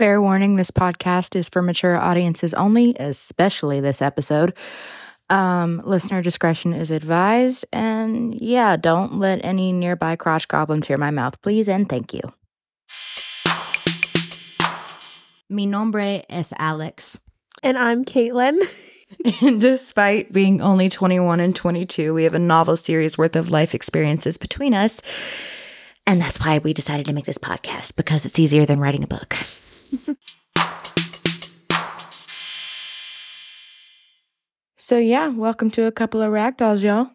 warning this podcast is for mature audiences only, especially this episode. Um, listener discretion is advised. And yeah, don't let any nearby crotch goblins hear my mouth, please. And thank you. Mi nombre es Alex. And I'm Caitlin. And despite being only 21 and 22, we have a novel series worth of life experiences between us. And that's why we decided to make this podcast because it's easier than writing a book. so, yeah, welcome to a couple of ragdolls, y'all.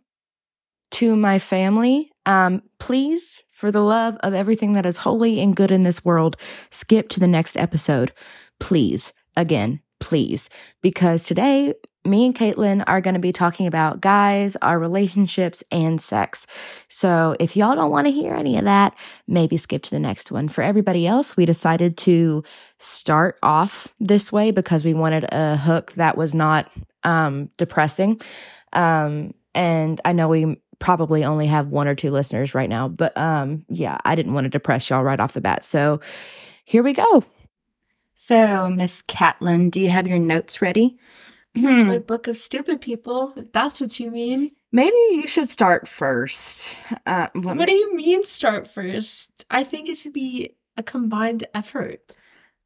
To my family, um, please, for the love of everything that is holy and good in this world, skip to the next episode. Please, again, please, because today me and Caitlin are going to be talking about guys, our relationships, and sex. So if y'all don't want to hear any of that, maybe skip to the next one. For everybody else, we decided to start off this way because we wanted a hook that was not um, depressing. Um, and I know we probably only have one or two listeners right now, but um, yeah, I didn't want to depress y'all right off the bat. So here we go. So, Miss Catlin, do you have your notes ready? My book of stupid people. if that's what you mean. Maybe you should start first. Uh, let What do me- you mean start first? I think it should be a combined effort.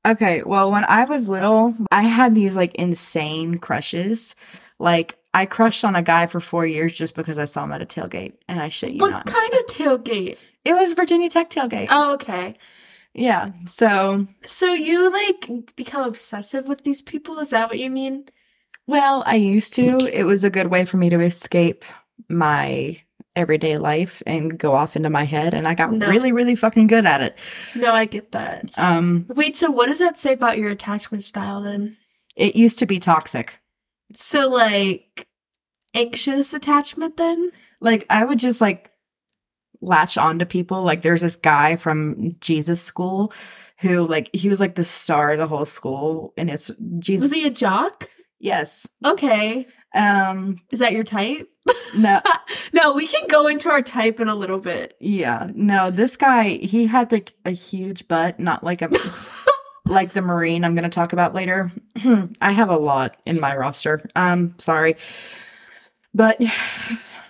okay, well, when I was little, I had these like insane crushes. Like, I crushed on a guy for four years just because I saw him at a tailgate, and I shit you What not. kind of tailgate? It was Virginia Tech tailgate. Oh, okay. Yeah, so So you like become obsessive with these people? Is that what you mean? Well, I used to. It was a good way for me to escape my everyday life and go off into my head, and I got No. really, really fucking good at it. No, I get that. Um, Wait, so what does that say about your attachment style then? it used to be toxic. So like anxious attachment then? Like I would just like latch on to people. Like there's this guy from Jesus school who like he was like the star of the whole school, and it's Jesus. Was he a jock? yes. Okay. Um. Is that your type? No. no, we can go into our type in a little bit. yeah. No. This guy, he had like a huge butt, not like a like the marine i'm going to talk about later i have a lot in my roster um sorry but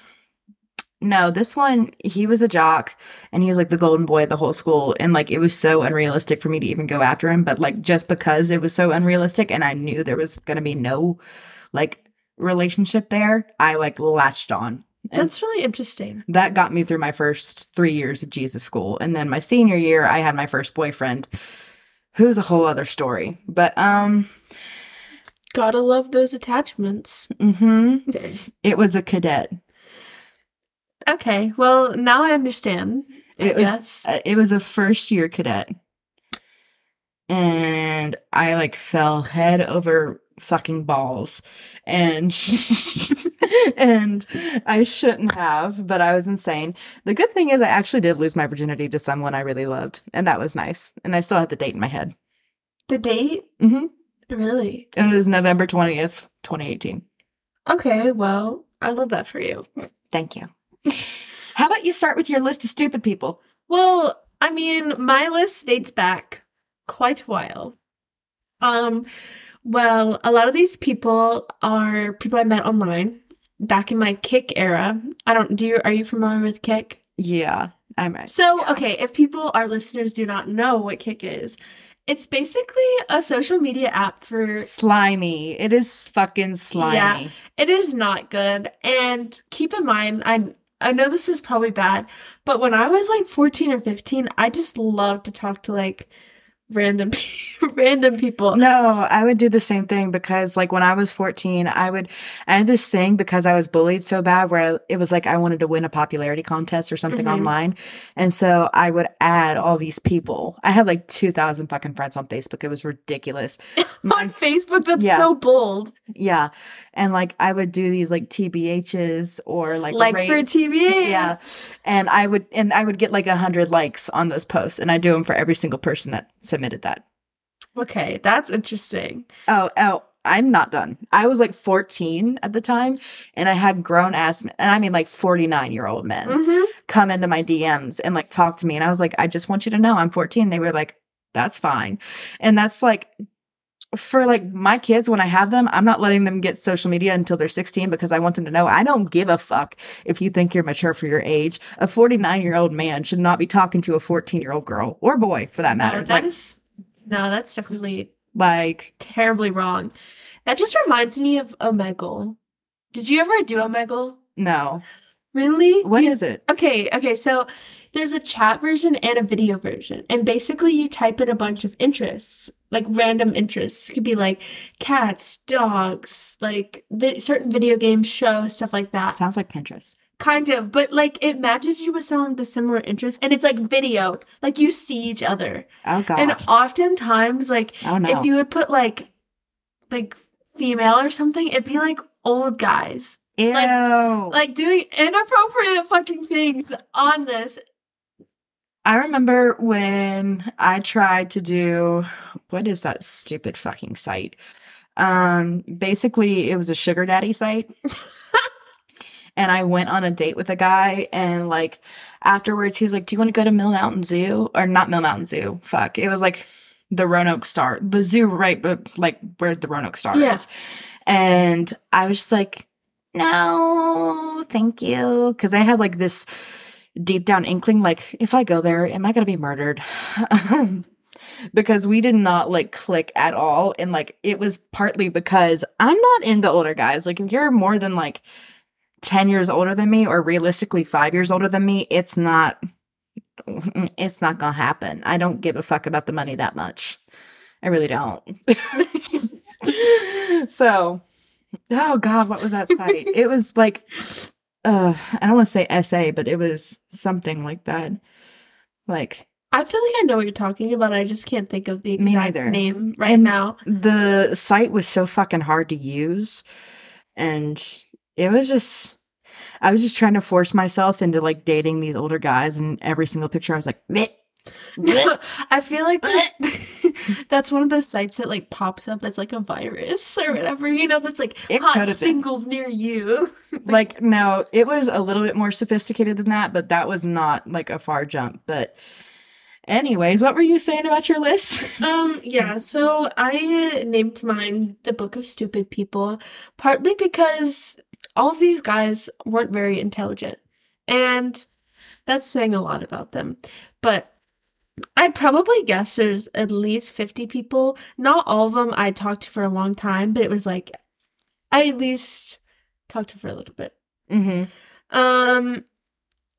no this one he was a jock and he was like the golden boy of the whole school and like it was so unrealistic for me to even go after him but like just because it was so unrealistic and i knew there was going to be no like relationship there i like latched on And- That's really interesting. that got me through my first three years of Jesus school. And then my senior year, I had my first boyfriend, who's a whole other story. But um, Gotta love those attachments. hmm it was a cadet. Okay, well, now I understand. I It was- guess. Uh, It was a first year cadet, and I like fell head over fucking balls, and and I shouldn't have, but I was insane. The good thing is, I actually did lose my virginity to someone I really loved, and that was nice. And I still had the date in my head. the date? Mm-hmm. Really? It was November 20th, 2018. Okay, well, I love that for you. Thank you. How about you start with your list of stupid people? Well, I mean, my list dates back quite a while. Um, well, a lot of these people are people I met online back in my Kick era. I don't do you are you familiar with Kick? Yeah, I'm right. So, Yeah. okay, if people, our listeners, do not know what Kick is, it's basically a social media app for. Slimy. It is fucking slimy. It is not good, and keep in mind, I I know this is probably bad, but when I was like fourteen or fifteen, I just loved to talk to like random random people. No, I would do the same thing because, like, when I was 14, I would, I had this thing because I was bullied so bad where I, it was like I wanted to win a popularity contest or something Mhm. online. And so I would add all these people. I had like 2,000 fucking friends on Facebook. It was ridiculous. My On Facebook, that's Yeah. so bold. Yeah. And like I would do these like TBHs or like Like, for rates. TV. Yeah. And I would and I would get like a hundred likes on those posts. And I do them for every single person that submitted that. Okay, that's interesting. Oh, oh, I'm not done. I was like 14 at the time and I had grown ass and I mean like 49 year old men hmm come into my DMs and like talk to me. And I was like, I just want you to know I'm 14. They were like, That's fine. And that's like for like my kids when I have them, I'm not letting them get social media until they're 16 because I want them to know I don't give a fuck if you think you're mature for your age. A 49 year old man should not be talking to a 14 year old girl or boy for that matter. No, Oh, that like, is no, that's definitely like terribly wrong. That just reminds me of Omegle. Did you ever do Omegle? no. Really? What Do is you- it? Okay, okay. So there's a chat version and a video version. And basically, you type in a bunch of interests, like random interests. It could be like cats, dogs, like vi- certain video games, shows, stuff like that. Sounds like Pinterest. Kind of, but like it matches you with someone with a similar interest. And it's like video, like you see each other. Oh god. And oftentimes, like oh no. if you would put like like female or something, it'd be like old guys. Ew. Like doing inappropriate fucking things on this. I remember when I tried to do what is that stupid fucking site? Um, basically, it was a sugar daddy site. and I went on a date with a guy, and like afterwards, he was like, Do you want to go to Mill Mountain Zoo? Or not Mill Mountain Zoo. Fuck. It was like the Roanoke Star, the zoo, right? But like where the Roanoke Star Yeah. is. And I was just like, No, thank you. Cause I had like this deep down inkling like if i go there am i going to be murdered Um, because we did not like click at all and like it was partly because i'm not into older guys like if you're more than like 10 years older than me or realistically 5 years older than me it's not it's not going to happen i don't give a fuck about the money that much i really don't so oh god what was that site it was like uh I don't want to say essay, but it was something like that. Like I feel like I know what you're talking about. I just can't think of the Me exact neither. name right And- now. the site was so fucking hard to use and it was just I was just trying to force myself into like dating these older guys and every single picture I was like "Bleh, bleh." I feel like that- that's one of those sites that like pops up as like a virus or whatever, you know, that's like It hot could've been. singles near you. like no, it was a little bit more sophisticated than that, but that was not like a far jump. But anyways, what were you saying about your list? Um, yeah, so I named mine The Book of Stupid People, partly because all of these guys weren't very intelligent. And that's saying a lot about them. But I'd probably guess there's at least 50 people. Not all of them I talked to for a long time, but it was like I at least talked to for a little bit. Mm-hmm. Um,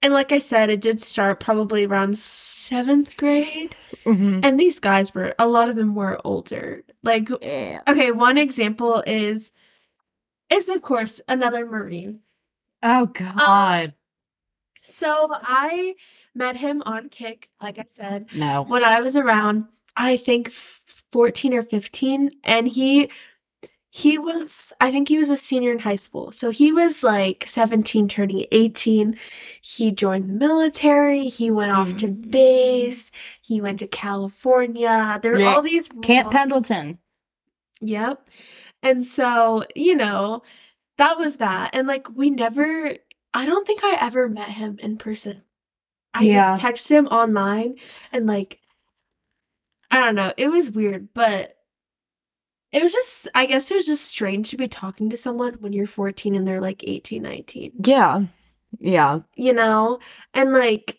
and like I said, it did start probably around seventh grade. Mm-hmm. And these guys were, a lot of them were older. Like, okay, one example is, is of course another Marine. Oh god. So I met him on Kick, like I said, no. when I was around, I think f- 14 or 15. And he, he was, I think he was a senior in high school. So he was like 17, turning 18. He joined the military. He went off to Mm. base. He went to California. There were Yeah. all these Camp wrong- Pendleton. Yep. And so, you know, that was that. And like, we never, I don't think I ever met him in person. I Yeah. just texted him online and like, I don't know. It was weird, but it was just, I guess it was just strange to be talking to someone when you're 14 and they're like 18, 19 Yeah. Yeah. you know? And like,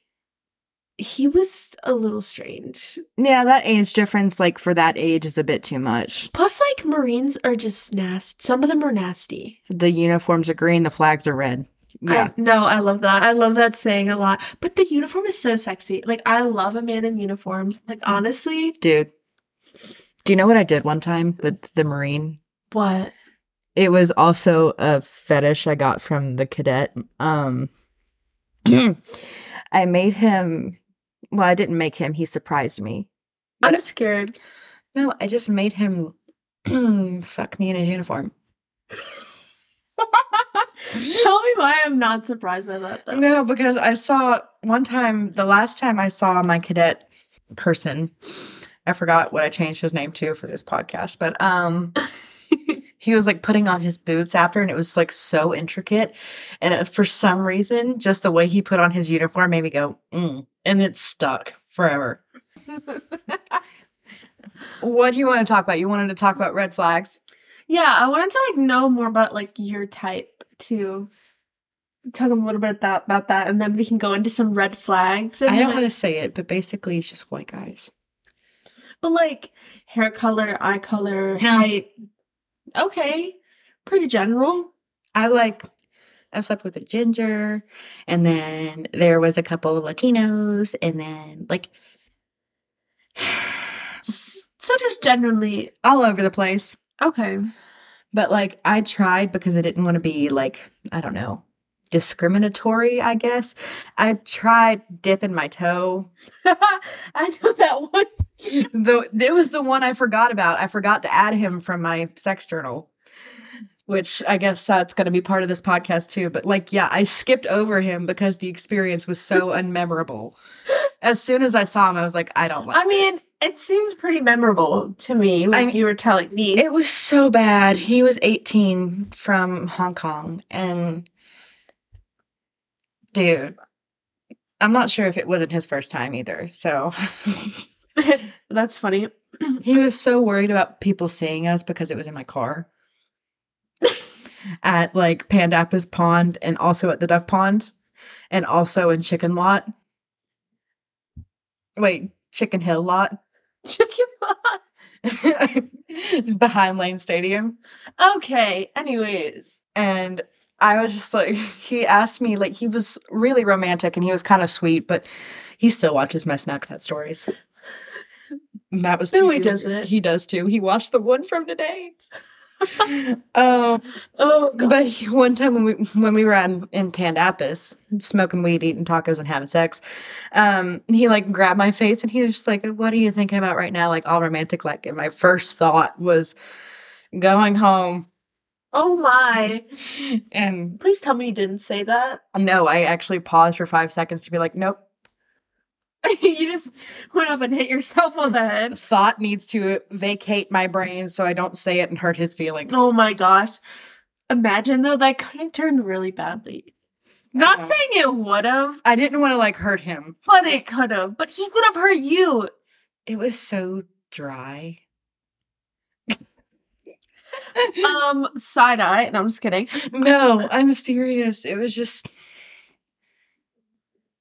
he was a little strange. Yeah, that age difference, like for that age, is a bit too much. Plus, like, Marines are just nasty. Some of them are nasty. The uniforms are green, the flags are red. Yeah. I, no, I love that. I love that saying a lot. But the uniform is so sexy. Like I love a man in uniform. Like Mm. honestly, Dude. Do you know what I did one time with the Marine? what? It was also a fetish I got from the cadet. Um I made him well, I didn't make him, he surprised me. I'm scared. No, I just made him fuck me in his uniform. Tell me why I'm not surprised by that though. No, because I saw one time, the last time I saw my cadet person, I forgot what I changed his name to for this podcast, but um he was like putting on his boots after and it was like so intricate and it, for some reason just the way he put on his uniform made me go mm, and it stuck forever What do you want to talk about? You wanted to talk about red flags. Yeah, I wanted to like know more about like your type too. Talk a little bit that, about that, and then we can go into some red flags. And I don't like- want to say it, but basically it's just white guys. but like hair color, eye color, Yeah. height. Okay, pretty general. I like I slept with a ginger, and then there was a couple Latinos, and then like S- So just generally all over the place. okay. But like I tried because I didn't want to be like, I don't know, discriminatory, I guess. I tried dipping my toe. I know that one. the it was the one I forgot about. I forgot to add him from my sex journal. Which I guess that's going to be part of this podcast too. But like, yeah, I skipped over him because the experience was so unmemorable. As soon as I saw him, I was like, I don't like. I mean, it seems pretty memorable to me. Like I'm- you were telling me. It was so bad. He was 18 from Hong Kong and dude, I'm not sure if it wasn't his first time either. So That's funny. he was so worried about people seeing us because it was in my car at like Pandapa's pond and also at the duck pond and also in chicken lot. Wait, chicken hill lot Chicken pot. behind Lane Stadium. Okay. Anyways, and I was just like, he asked me, like, he was really romantic and he was kind of sweet, but he still watches my Snapchat stories. And that was No, two he years doesn't. ago. He does too. He watched the one from today. um, oh god. but he, one time when we when we were out in, in Pandapus, smoking weed, eating tacos, and having sex, um, he like grabbed my face and he was just like, "What are you thinking about right now?" Like all romantic, like. And my first thought was going home, Oh my. and Please tell me you didn't say that. No, I actually paused for five seconds to be like, nope, you just went up and hit yourself on the head. thought needs to vacate my brain so I don't say it and hurt his feelings. Oh my gosh. Imagine though, that could have turned really badly. Not know. saying it would have, I didn't want to like hurt him. but it could have. But he could have hurt you. It was so dry. Um, side eye, and I'm just kidding. no, I'm serious. It was just.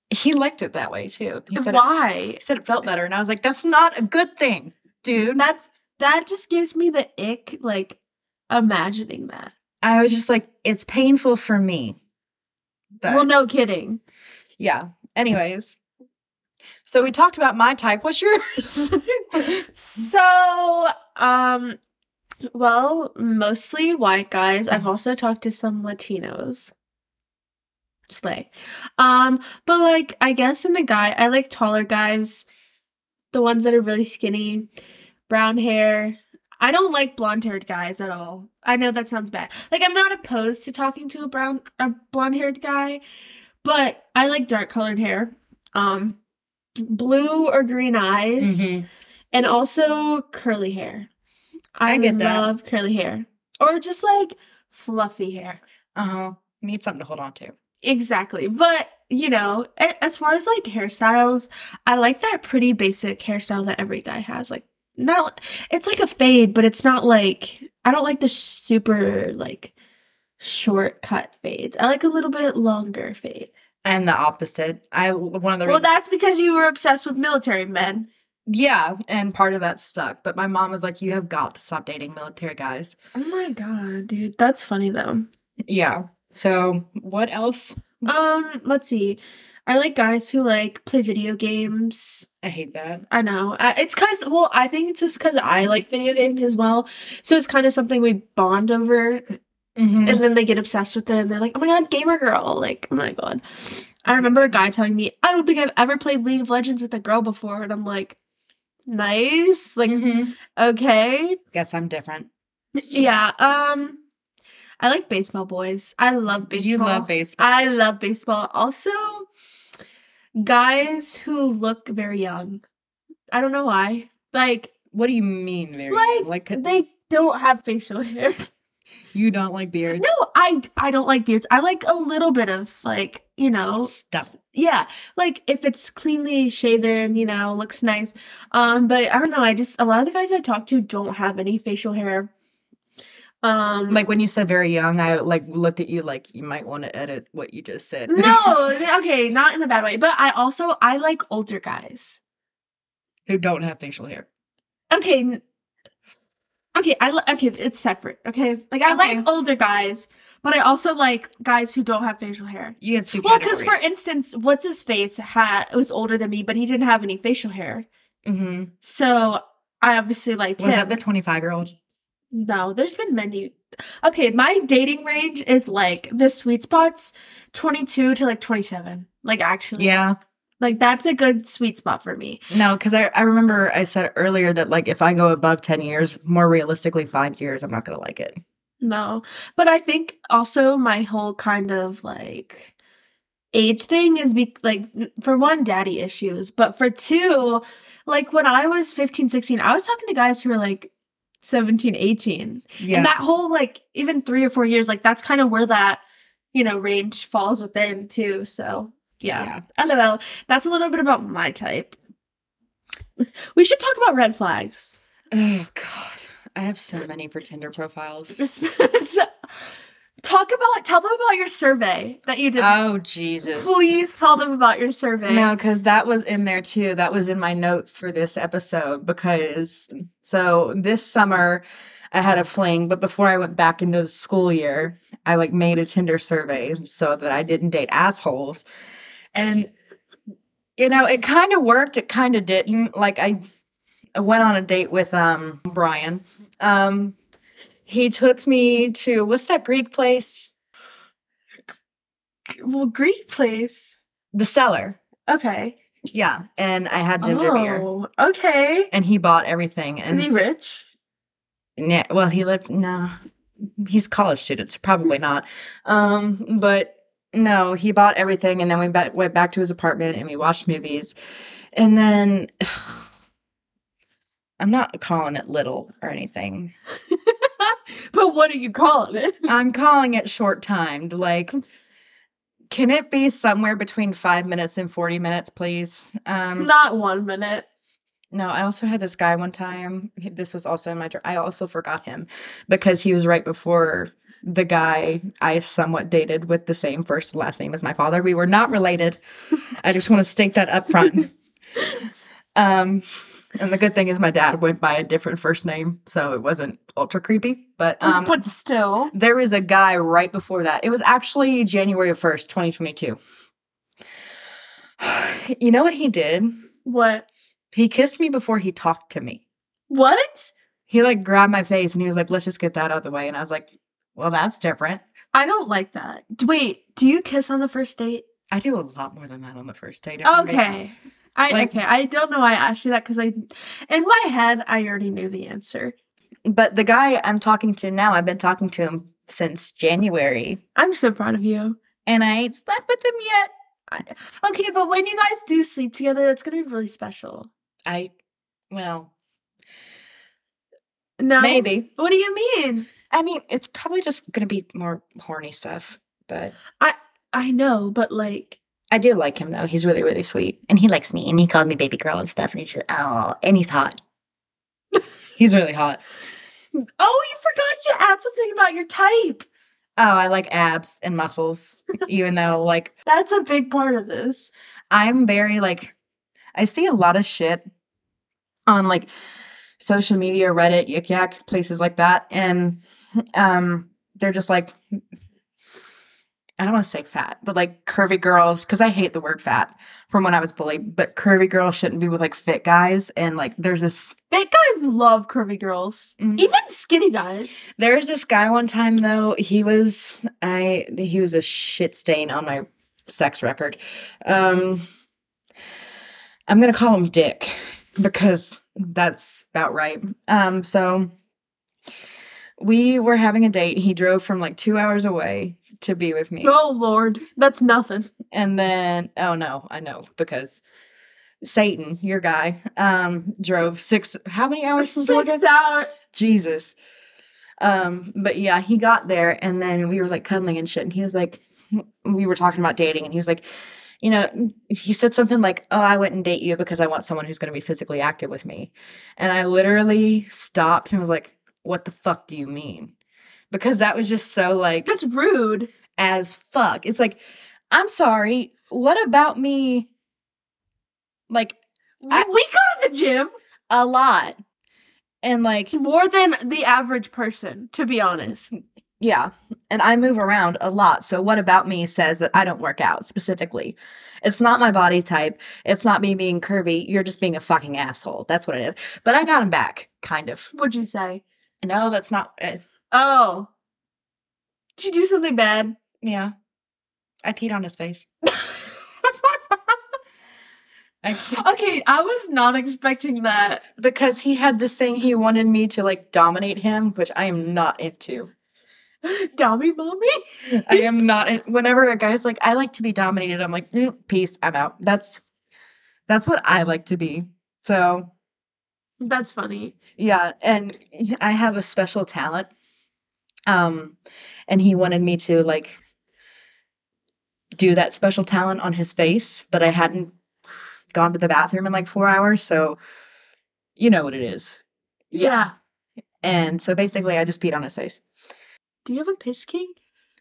He liked it that way too. He said, it, Why? he said it felt better. And I was like, that's not a good thing, dude. That's that just gives me the ick, like imagining that. I was just like, it's painful for me. But well, no kidding. yeah. Anyways. So we talked about my type. What's yours? So, um, well, mostly white guys. I've also talked to some Latinos. Slay. Um, but like, I guess in the guy, I like taller guys, the ones that are really skinny, brown hair. I don't like blonde haired guys at all. I know that sounds bad. Like, I'm not opposed to talking to a brown, a blonde haired guy, but I like dark colored hair. Um, blue or green eyes Mm-hmm. and also curly hair. I, I get that. love curly hair or just like fluffy hair. Uh-huh. Need something to hold on to. Exactly. But, you know, a- as far as like hairstyles, I like that pretty basic hairstyle that every guy has. Like, not, it's like a fade, but it's not like, I don't like the super like shortcut fades. I like a little bit longer fade. I'm the opposite. I one of the Well, reasons that's because you were obsessed with military men. Yeah, and part of that stuck. But my mom was like, You have got to stop dating military guys. Oh my God, dude. That's funny though. Yeah. So what else? Um, let's see. I like guys who like play video games. I hate that. I know. I, it's cuz well, I think it's just cuz I like video games as well. So it's kind of something we bond over Mm-hmm. and then they get obsessed with it and they're like, "Oh my god, gamer girl." Like, "Oh my god." I remember a guy telling me, "I don't think I've ever played League of Legends with a girl before." And I'm like, "Nice." Like, Mm-hmm. okay. Guess I'm different. Yeah. Um I like baseball boys. I love baseball. You love baseball. I love baseball. Also, guys who look very young. I don't know why. Like what do you mean, Mary? Like, they don't have facial hair. you don't like beards. No, I I don't like beards. I like a little bit of like you know Stop. yeah, like if it's cleanly shaven, you know, looks nice. Um, but I don't know. I just a lot of the guys I talk to don't have any facial hair. Um, Like when you said very young, I like looked at you like you might want to edit what you just said. no, okay, not in a bad way. But I also I like older guys. who don't have facial hair. Okay. n- Okay, I li- okay, it's separate. Okay, like I like Okay. older guys, but I also like guys who don't have facial hair. You have two. Well, because for categories. instance, what's his face had was older than me, but he didn't have any facial hair, Mhm. so I obviously liked was him. that the twenty-five year old? no, there's been many. Okay, my dating range is like the sweet spots, twenty two to like twenty seven. Like actually, Yeah. like that's a good sweet spot for me. No, because I, I remember I said earlier that like if I go above ten years, more realistically five years, I'm not gonna like it. No, but I think also my whole kind of like age thing is be like n- for one daddy issues, but for two, like when I was 15, 16, I was talking to guys who were like 17, 18. Yeah. And that whole like even 3 or 4 years like that's kind of where that, you know, range falls within too. So, yeah. LOL. That's a little bit about my type. We should talk about red flags. Oh God, I have so many for Tinder profiles. Talk about tell them about your survey that you did. Oh Jesus. Please tell them about your survey. No, because that was in there too. That was in my notes for this episode. Because so this summer I had a fling, but before I went back into the school year, I like made a Tinder survey so that I didn't date assholes. And you know, it kind of worked, it kind of didn't. Like I I went on a date with um Brian. Um he took me to what's that Greek place? Well, Greek place. The cellar. Okay. Yeah. And I had ginger beer. oh, okay. and he bought everything. And Is he s- rich? yeah, well, he lived no, he's a college student, so probably not. Um, but no, he bought everything, and then we ba- went back to his apartment and we watched movies, and then. I'm not calling it little or anything. But what are you calling it? I'm calling it short timed. Like, can it be somewhere between five minutes and 40 minutes, please? Um, Not one minute. No, I also had this guy one time. he- This was also in my dr- I also forgot him because he was right before the guy I somewhat dated with the same first and last name as my father. We were not related. I just want to state that up front. um, and the good thing is my dad went by a different first name, so it wasn't ultra creepy. But um, but still. there was a guy right before that. It was actually January 1st, 2022. you know what he did? What? He kissed me before he talked to me What? he like grabbed my face and he was like, let's just get that out of the way. And I was like, well, that's different. I don't like that. D- Wait, do you kiss on the first date? I do a lot more than that on the first date. everybody. Okay. I Like- okay. I don't know why I asked you that because I, in my head, I already knew the answer. But the guy I'm talking to now, I've been talking to him since January I'm so proud of you. and I ain't slept with him yet. Okay, but when you guys do sleep together, it's gonna be really special. I, well, No, maybe. What do you mean? I mean, it's probably just going to be more horny stuff, but I know, but like, I do like him though. He's really, really sweet. And he likes me and he called me baby girl and stuff. And he's just, oh, and he's hot. he's really hot. oh, you forgot to add something about your type. Oh, I like abs and muscles, even though like That's a big part of this. I'm very like I see a lot of shit on like social media, Reddit, Yik Yak, places like that, and um, they're just like I don't want to say fat, but like curvy girls, because I hate the word fat from when I was bullied. But curvy girls shouldn't be with like fit guys, and like there's this Fake guys love curvy girls, Mhm. even skinny guys. There was this guy one time though. He was I he was a shit stain on my sex record. Um I'm going to call him Dick because that's about right. Um so we were having a date. He drove from like 2 hours away to be with me. Oh Lord, that's nothing. And then, oh no, I know because Satan, your guy, um, drove six. How many hours from Georgia? Six hour. Jesus. Um, but yeah, he got there and then we were like cuddling and shit. And he was like, we were talking about dating and he was like, you know, he said something like, Oh, I wouldn't date you because I want someone who's going to be physically active with me. And I literally stopped and was like, What the fuck do you mean? Because that was just so like That's rude. as fuck. It's like, I'm sorry. What about me? Like I- we go to the gym a lot. And like, more than the average person, to be honest. yeah. And I move around a lot. So what about me says that I don't work out specifically? It's not my body type. It's not me being curvy. You're just being a fucking asshole. That's what it is. But I got him back, kind of. What'd you say? No, that's not. eh, Oh. Did you do something bad? yeah. I peed on his face. I can't- Okay, I was not expecting that. because he had this thing he wanted me to like dominate him, which I am not into. Dummy mommy? I am not. In, whenever a guy's like, "I like to be dominated," I'm like, mm, "Peace, I'm out." That's that's what I like to be. So That's funny. yeah, and I have a special talent. Um, and he wanted me to like do that special talent on his face, but I hadn't gone to the bathroom in like four hours, so you know what it is. Yeah. And so basically, I just peed on his face. Do you have a piss king?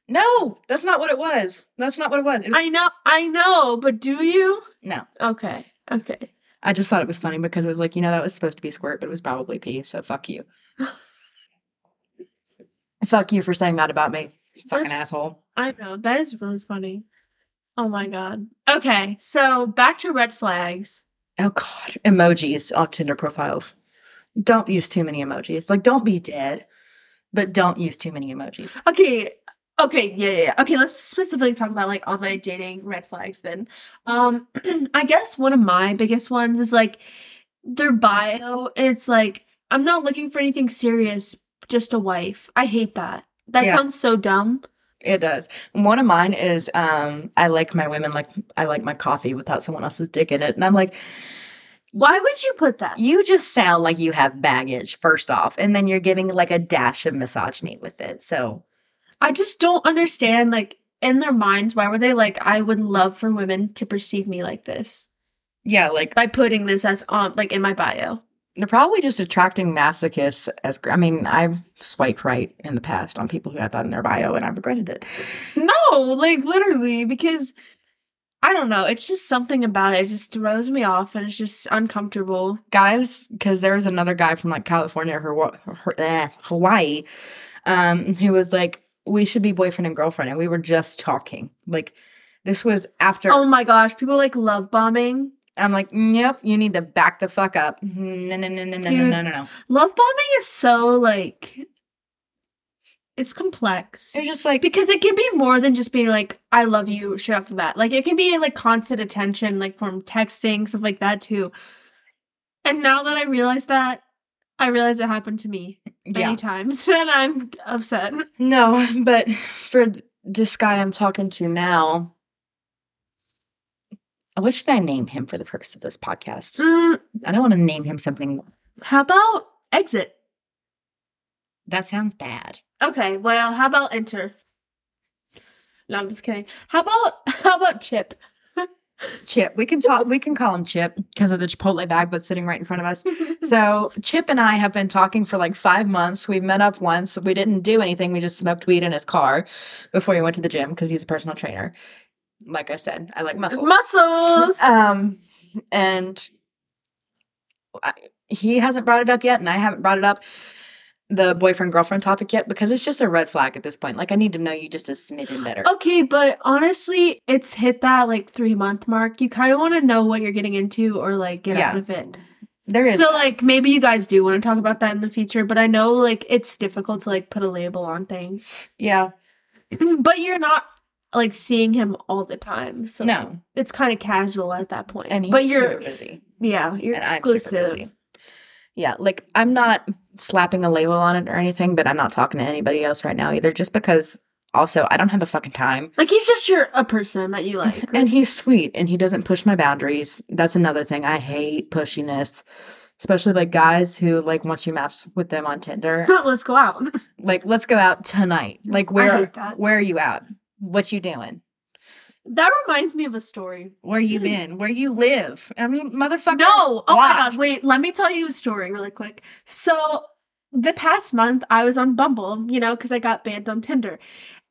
No, that's not what it was. That's not what it was. It was I know, I know, but do you? no. Okay, okay. I just thought it was funny because it was like, you know, that was supposed to be squirt, but it was probably pee. So fuck you. fuck you for saying that about me, you fucking asshole. I know that is really funny. Oh my god. Okay, so back to red flags. Oh god, emojis on Tinder profiles. Don't use too many emojis. Like, don't be dead, but don't use too many emojis. Okay. Okay, yeah, yeah, yeah. Okay, let's specifically talk about like online dating red flags then. Um I guess one of my biggest ones is like their bio. It's like I'm not looking for anything serious, just a wife. I hate that. That Yeah. sounds so dumb. It does. One of mine is, um, I like my women like I like my coffee without someone else's dick in it, and I'm like, Why would you put that? You just sound like you have baggage, first off, and then you're giving like a dash of misogyny with it. So I just don't understand like in their minds why were they like I would love for women to perceive me like this yeah, like by putting this as on like in my bio. they're probably just attracting masochists. As I mean, I've swiped right in the past on people who had that in their bio, and I've regretted it. No, like literally, because I don't know. It's just something about it. It just throws me off and it's just uncomfortable. Guys, because there was another guy from like California, or eh, Hawaii, um, who was like, "We should be boyfriend and girlfriend," and we were just talking. Like this was after. Oh my gosh, people like love bombing. I'm like, "Nope, you need to back the fuck up." "Mm, No, no, no, no, no, no, Dude, no, no. no. Love bombing is so like it's complex. It was just like Because it can be more than just being like, I love you straight off the bat. Like it can be like constant attention, like from texting, stuff like that too. And now that I realize that, I realize it happened to me many yeah. times. And I'm upset. No, but for th- this guy I'm talking to now, what should I name him for the purpose of this podcast? Mm, I don't want to name him something how about exit? that sounds bad. Okay, well, how about enter? No, I'm just kidding. How about how about chip? Chip, we can talk. We can call him Chip because of the Chipotle bag that's sitting right in front of us. So Chip and I have been talking for like five months. We met up once. We didn't do anything. We just smoked weed in his car before he went to the gym because he's a personal trainer. Like I said, I like muscles. Muscles. Um, and I, he hasn't brought it up yet, and I haven't brought it up the boyfriend girlfriend topic yet because it's just a red flag at this point. Like I need to know you just a smidgen better. Okay, but honestly, it's hit that like three month mark. You kind of want to know what you're getting into or like get out Yeah. of it. there is So like maybe you guys do want to talk about that in the future, but I know like it's difficult to like put a label on things. yeah but you're not like seeing him all the time. So no, it's kind of casual at that point. and he's but you're super busy. yeah, you're and I'm super exclusive. busy. Yeah, like I'm not slapping a label on it or anything, but I'm not talking to anybody else right now either, just because. Also, I don't have the fucking time. Like he's just your a person that you like. And he's sweet and he doesn't push my boundaries. That's another thing. I hate pushiness, especially like guys who like once you match with them on Tinder. Let's go out. like, let's go out tonight. Like, where hate that. where are you out? What you doing? That reminds me of a story. Where you been? Where you live? I mean, motherfucker. No. Oh my watch. god, wait, let me tell you a story really quick. So the past month I was on Bumble, you know, because I got banned on Tinder.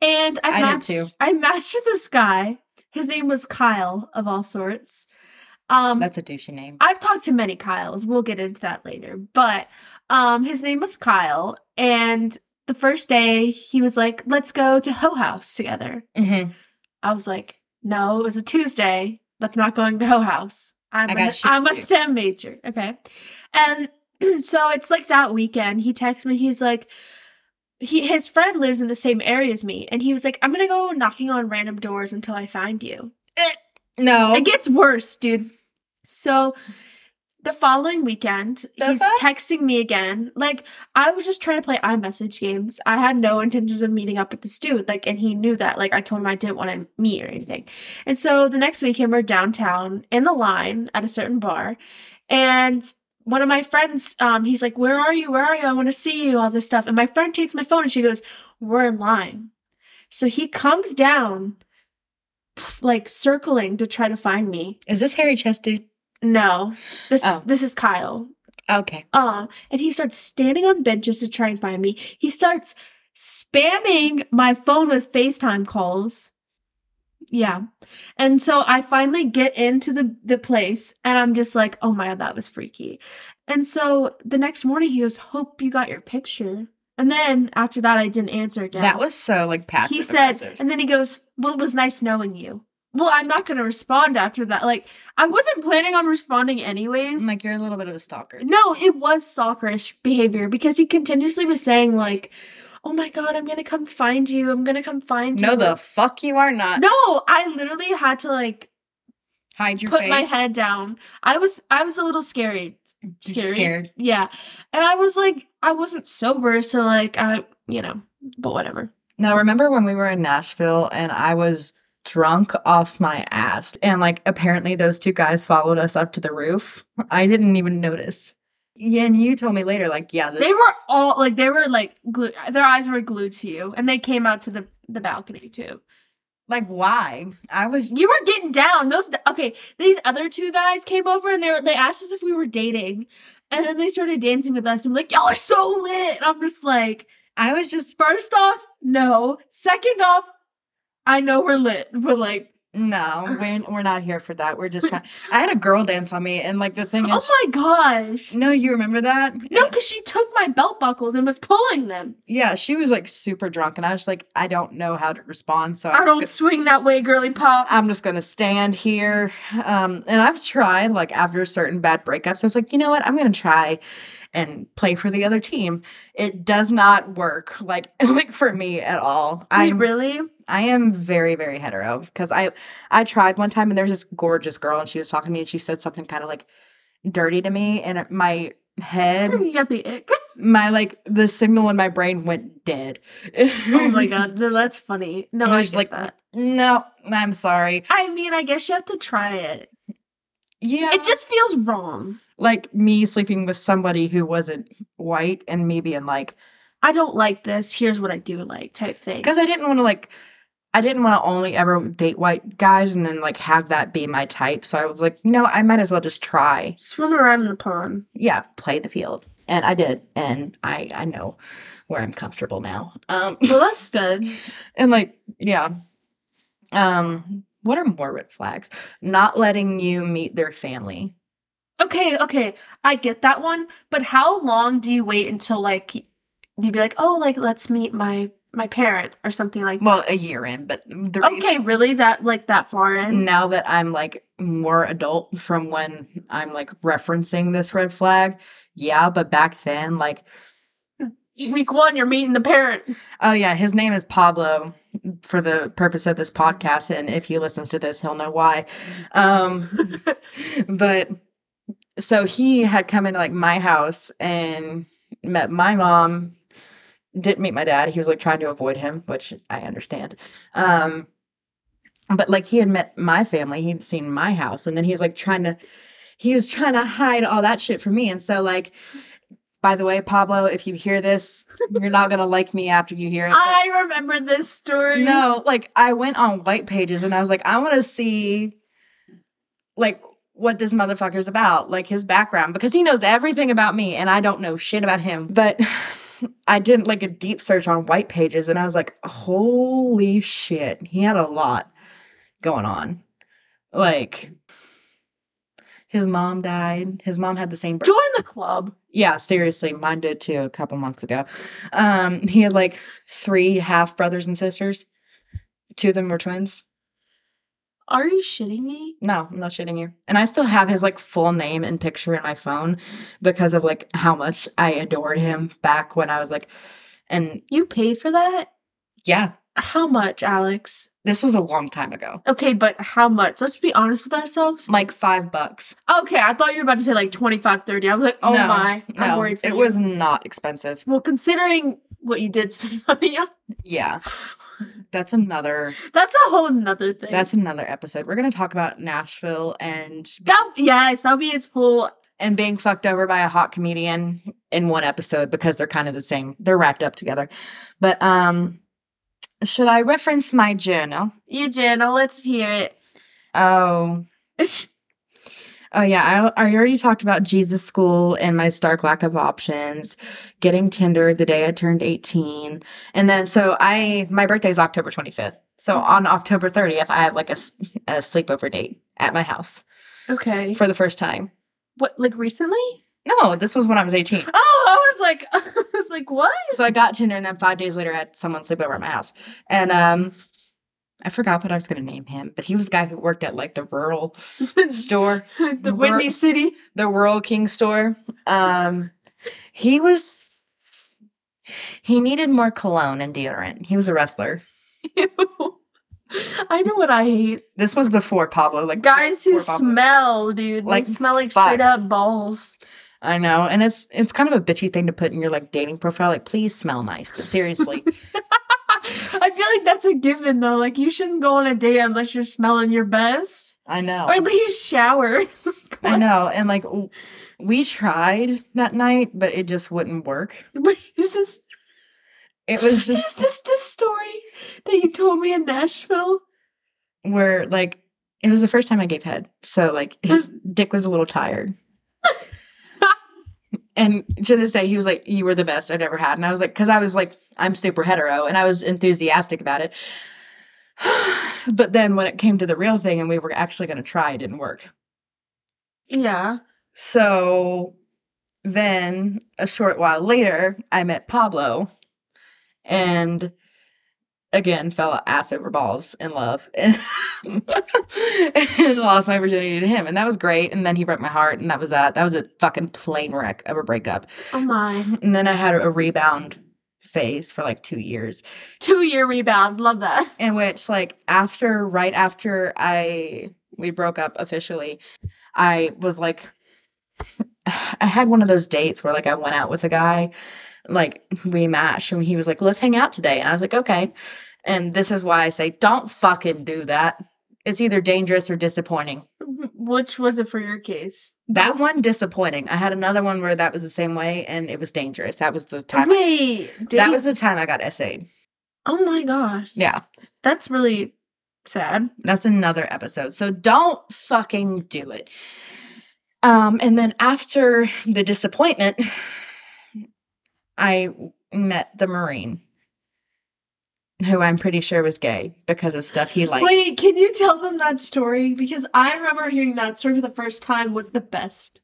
And I, I did matched too. I matched with this guy. His name was Kyle of all sorts. Um That's a douchey name. I've talked to many Kyles. We'll get into that later. But um his name was Kyle and the first day he was like, "Let's go to Ho House together." Mm-hmm. I was like, "No, it was a Tuesday. That's not going to Ho House. I'm I an- got shit I'm to a do." STEM major." Okay. And so it's like that weekend he texts me he's like he his friend lives in the same area as me and he was like, "I'm going to go knocking on random doors until I find you." No. It gets worse, dude. So the following weekend, The he's fuck? texting me again. Like I was just trying to play iMessage games. I had no intentions of meeting up with this dude. Like, and he knew that. Like, I told him I didn't want to meet or anything. And so the next weekend, we're downtown in the line at a certain bar, and one of my friends, um, he's like, "Where are you? Where are you? I want to see you." All this stuff, and my friend takes my phone and she goes, "We're in line." So he comes down, like circling to try to find me. Is this Harry Chest dude? No, this Oh. this is Kyle. Okay. Uh, and he starts standing on benches to try and find me. He starts spamming my phone with FaceTime calls. Yeah. And so I finally get into the, the place and I'm just like, oh my God, that was freaky. And so the next morning he goes, Hope you got your picture. And then after that, I didn't answer again. That was so like passive. he said, aggressive. and then he goes, Well, it was nice knowing you. Well, I'm not going to respond after that. Like, I wasn't planning on responding anyways. I'm like, you're a little bit of a stalker. No, it was stalkerish behavior because he continuously was saying like, "Oh my god, I'm gonna come find you. I'm gonna come find No, you." the fuck you are not. no, I literally had to like Hide your put face. my head down. I was I was a little scary, scary, Scared. yeah. And I was like, I wasn't sober, so like I, you know, but whatever. Now, remember when we were in Nashville and I was drunk off my ass, and like apparently those two guys followed us up to the roof? I didn't even notice. Yeah, and you told me later, like, yeah, this, They were all like they were like glued. Their eyes were glued to you, and they came out to the the balcony too. Like, why? I was. You were getting down. Those okay. These other two guys came over and they were, they asked us if we were dating, and then they started dancing with us. And like, y'all are so lit. And I'm just like, I was just. first off, no. Second off, I know we're lit, but like, no, we're, we're not here for that. We're just trying. I had a girl dance on me, and like the thing is, oh my gosh, no, you remember that? no, because she took my belt buckles and was pulling them. Yeah, she was like super drunk, and I was like, I don't know how to respond, so I'm I just don't gonna- swing that way, girly pop. I'm just gonna stand here. Um, and I've tried like after certain bad breakups, I was like, you know what? I'm gonna try and play for the other team. It does not work like like for me at all. I I really. I am very very hetero because I I tried one time and there was this gorgeous girl and she was talking to me and she said something kind of like dirty to me and my head You got the ick. my like the signal in my brain went dead. Oh my god, no, that's funny. No, I I was get like- that. No, I'm sorry. I mean, I guess you have to try it. Yeah. It just feels wrong. like me sleeping with somebody who wasn't white and me being like I don't like this. Here's what I do like type thing. because I didn't want to like I didn't want to only ever date white guys and then like have that be my type. So I was like, you know, I might as well just try. Swim around in the pond. Yeah, play the field. And I did. And I I know where I'm comfortable now. Um Well, that's good. and like yeah. Um what are more red flags? Not letting you meet their family. Okay, okay. I get that one. But how long do you wait until like you'd be like, oh, like let's meet my my parent or something like? Well, a year in, but the that? Okay, really? That like that far in? now that I'm like more adult from when I'm like referencing this red flag, yeah, but back then, like, Week one, you're meeting the parent. oh yeah, his name is Pablo for the purpose of this podcast, and if he listens to this, he'll know why. Um, but so he had come into like my house and met my mom, didn't meet my dad. He was like trying to avoid him, which I understand. Um, but like he had met my family, he'd seen my house, and then he was like trying to he was trying to hide all that shit from me. And so like By the way, Pablo, if you hear this, you're not gonna like me after you hear it. but- I remember this story. No, like I went on white pages and I was like, I want to see like what this motherfucker's about, like his background, because he knows everything about me and I don't know shit about him. But I didn't like a deep search on white pages and I was like, holy shit, he had a lot going on. Like his mom died. His mom had the same birth- Join the club. yeah, seriously, mine did too a couple months ago. Um, he had like three half brothers and sisters. Two of them were twins. Are you shitting me? No, I'm not shitting you. And I still have his like full name and picture in my phone because of like how much I adored him back when I was like, and You paid for that? yeah, How much, Alex? this was a long time ago, Okay, but how much? Let's be honest with ourselves. like five bucks. Okay, I thought you were about to say like 25, 30. I was like, oh No, my. I'm No, worried for it you. was not expensive. Well, considering what you did spend money on, Yeah, that's another. that's a whole nother thing. That's another episode. We're gonna talk about Nashville and that. Yes, that'll be its whole. and being fucked over by a hot comedian in one episode because they're kind of the same. They're wrapped up together. But um should I reference my journal? You, Jana, let's hear it. Oh. Oh yeah, I, I already talked about Jesus school and my stark lack of options, getting Tinder the day I turned 18. And then so I my birthday's October 25th. So on October 30th, I had like a, s- a sleepover date at my house Okay. for the first time. What, like recently? No, this was when I was 18. Oh, I was like, I was like, what? so I got Tinder, and then five days later, I had someone sleep over at my house, and um, I forgot what I was going to name him, but he was the guy who worked at like the rural store, the We're- Windy City. the rural King store. Um, he was he needed more cologne and deodorant. He was a wrestler. I know what I hate. This was before Pablo, like Guys who before Pablo. smell, dude. Like, they smell like fuck. straight up balls. I know, and it's it's kind of a bitchy thing to put in your like dating profile, like please smell nice, but seriously, I feel like that's a given though. Like you shouldn't go on a date unless you're smelling your best. I know. Or at least shower. Oh. I know. And like w- we tried that night, but it just wouldn't work. Wait, is this It was is just this the story that you told me in Nashville? where like it was the first time I gave head. So like his dick was a little tired. and to this day he was like, You were the best I've ever had. And I was like, because I was like, I'm super hetero and I was enthusiastic about it. but then when it came to the real thing and we were actually gonna try, it didn't work. Yeah. So then a short while later, I met Pablo and again fell ass over balls in love and, lost my virginity to him. And that was great. And then he broke my heart. And that was that. That was a fucking plane wreck of a breakup. Oh my. And then I had a rebound phase for like two years Two year rebound. Love that. in which like after right after I we broke up officially, I was like I had one of those dates where like I went out with a guy, like we matched and he was like, "Let's hang out today." And I was like, "Okay." And this is why I say don't fucking do that. It's either dangerous or disappointing. Which was it for your case? That one disappointing. I had another one where that was the same way and it was dangerous. That was the time Wait. Did That he- was the time I got essayed. Oh my gosh. Yeah. That's really sad. That's another episode. So don't fucking do it. Um, and then after the disappointment, I met the Marine, who I'm pretty sure was gay because of stuff he liked. Wait, can you tell them that story? Because I remember hearing that story for the first time was the best.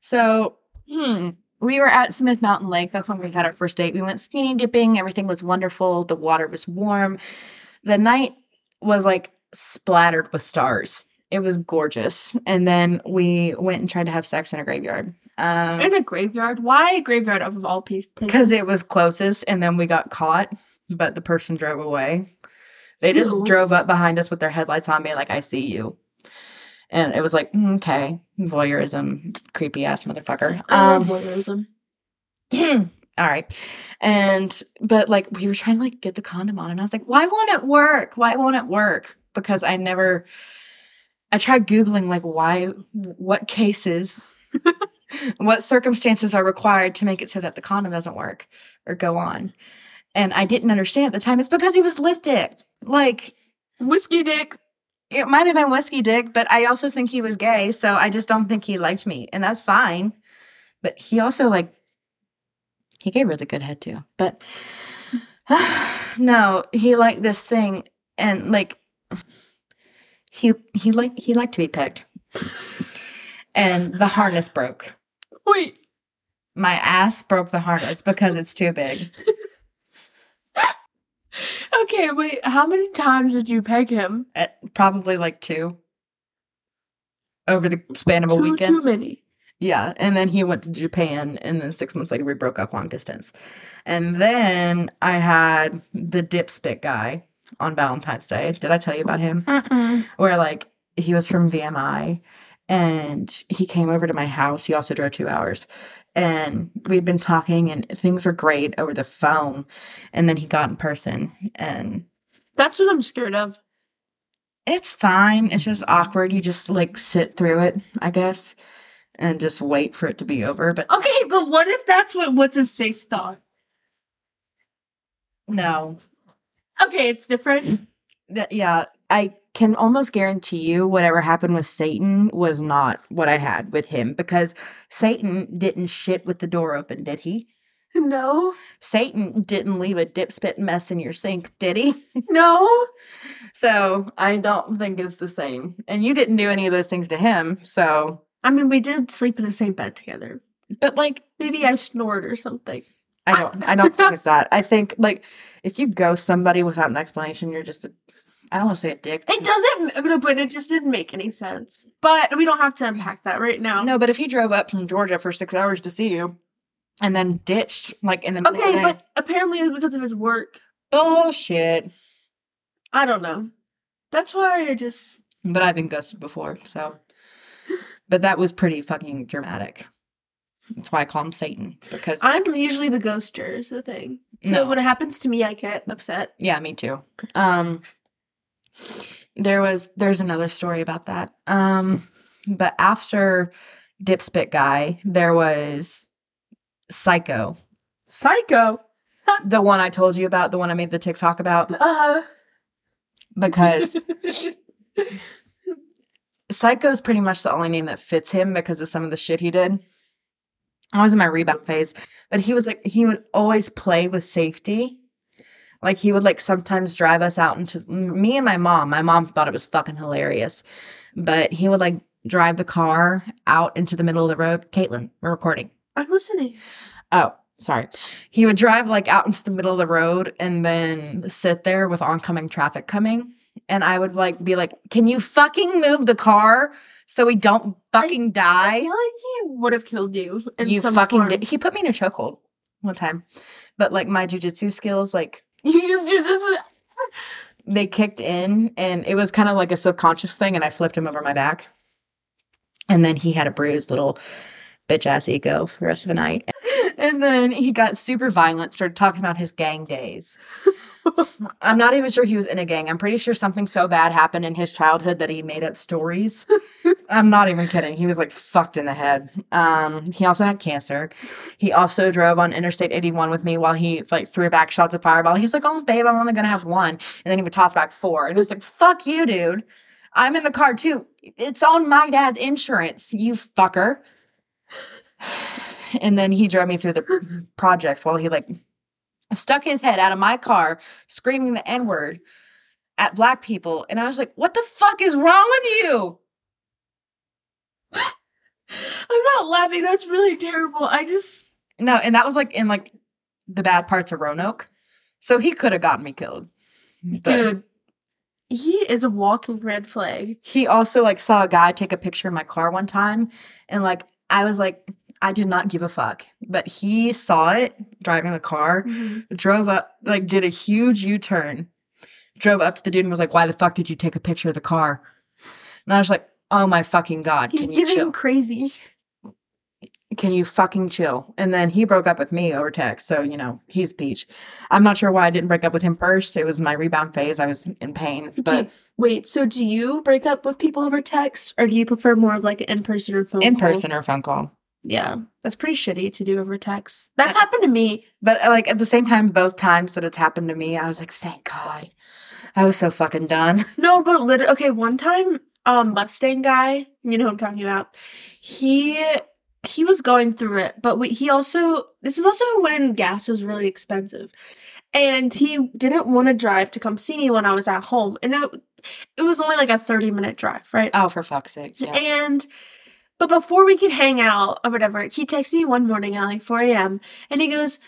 So hmm, we were at Smith Mountain Lake. That's when we had our first date. We went skinny dipping. Everything was wonderful. The water was warm. The night was like splattered with stars. It was gorgeous. And then we went and tried to have sex in a graveyard. Um, In a graveyard? Why a graveyard of all piece- places? because it was closest and then we got caught but the person drove away they just Ew. drove up behind us with their headlights on me like i see you and it was like "Mm, okay voyeurism creepy ass motherfucker I love um voyeurism. all right and but like we were trying to like get the condom on and i was like why won't it work why won't it work because i never i tried googling like why what cases what circumstances are required to make it so that the condom doesn't work or go on. And I didn't understand at the time. It's because he was lip dick. Like Whiskey dick. it might have been whiskey dick, but I also think he was gay, so I just don't think he liked me, and that's fine. But he also like he gave really good head too. But no, he liked this thing, and like he he liked he liked to be picked, and the harness broke. Wait. My ass broke the harness because it's too big. Okay, wait. How many times did you peg him? At probably like two over the span of a Too, weekend. too many. Yeah, and then he went to Japan, and then six months later we broke up long distance. And then I had the dipspit guy on Valentine's Day. Did I tell you about him? Where like he was from VMI, and he came over to my house. He also drove two hours, and we'd been talking, and things were great over the phone. And then he got in person, and That's what I'm scared of. it's fine. It's just awkward. You just like sit through it, I guess, and just wait for it to be over. But Okay, but what if that's what what's his face thought? no, Okay, it's different. Th- yeah, I can almost guarantee you whatever happened with Satan was not what I had with him because Satan didn't shit with the door open, did he? No, Satan didn't leave a dipspit mess in your sink, did he? no. So I don't think it's the same. And you didn't do any of those things to him. So, I mean, we did sleep in the same bed together. but like, Maybe I snored or something. I don't, I don't think it's that. I think like if you ghost somebody without an explanation, you're just a, I don't want to say a dick. It doesn't, no, but it just didn't make any sense. But we don't have to unpack that right now. No, but if he drove up from Georgia for six hours to see you and then ditched like in the middle of Okay, the but apparently it's because of his work. bullshit. I don't know. That's why I just But I've been ghosted before, so but that was pretty fucking dramatic. That's why I call him Satan. Because I'm usually the ghoster is the thing. So No. when it happens to me, I get upset. yeah, me too. Um there was there's another story about that. Um but after Dipspit guy, there was Psycho. Psycho. The one I told you about, the one I made the TikTok about. Uh Because Psycho's pretty much the only name that fits him because of some of the shit he did. I was in my rebound phase, but he was like he would always play with safety. Like he would like sometimes drive us out into m- me and my mom. My mom thought it was fucking hilarious, but he would like drive the car out into the middle of the road. Caitlin, we're recording. I'm listening. Oh, sorry. He would drive like out into the middle of the road and then sit there with oncoming traffic coming. And I would like be like, can you fucking move the car so we don't fucking I die? feel like he would have killed you. In You some fucking form. did. He put me in a chokehold one time. But like my jujitsu skills, like You used your- this is- they kicked in and it was kind of like a subconscious thing. And I flipped him over my back. And then he had a bruised little bitch ass ego for the rest of the night. And then he got super violent, started talking about his gang days. I'm not even sure he was in a gang. I'm pretty sure something so bad happened in his childhood that he made up stories. I'm not even kidding. He was like fucked in the head. Um, he also had cancer. He also drove on Interstate 81 with me while he like threw back shots of fireball. He was like, "Oh, babe, I'm only gonna have one," and then he would toss back four. And it was like, "Fuck you, dude. I'm in the car too. It's on my dad's insurance, you fucker." And then he drove me through the projects while he like stuck his head out of my car screaming the N word at black people. And I was like, what the fuck is wrong with you? I'm not laughing. That's really terrible. I just No, and that was like in like the bad parts of Roanoke. So he could have gotten me killed. But dude. He is a walking red flag. He also like saw a guy take a picture of my car one time and like I was like, I did not give a fuck. But he saw it driving the car Mm-hmm. drove up, like did a huge U turn, drove up to the dude and was like, "Why the fuck did you take a picture of the car?" And I was like, "Oh my fucking god, He's can you giving chill? crazy. Can you fucking chill?" And then he broke up with me over text, so you know he's peach. I'm not sure why I didn't break up with him first. It was my rebound phase. I was in pain, but do, wait, so do you break up with people over text, or do you prefer more of like an in person or phone? in call? person or phone call. Yeah, that's pretty shitty to do over text. That's happened to me. But uh, like at the same time, both times that it's happened to me, I was like, thank God. I was so fucking done. No, but literally, okay, one time, um, Mustang guy, you know who I'm talking about, he he was going through it, but we, he also this was also when gas was really expensive, and he didn't want to drive to come see me when I was at home, and it, it was only like a thirty minute drive, right? Oh, for fuck's sake. Yeah. And but before we could hang out or whatever, he texted me one morning at like 4 a.m. and he goes,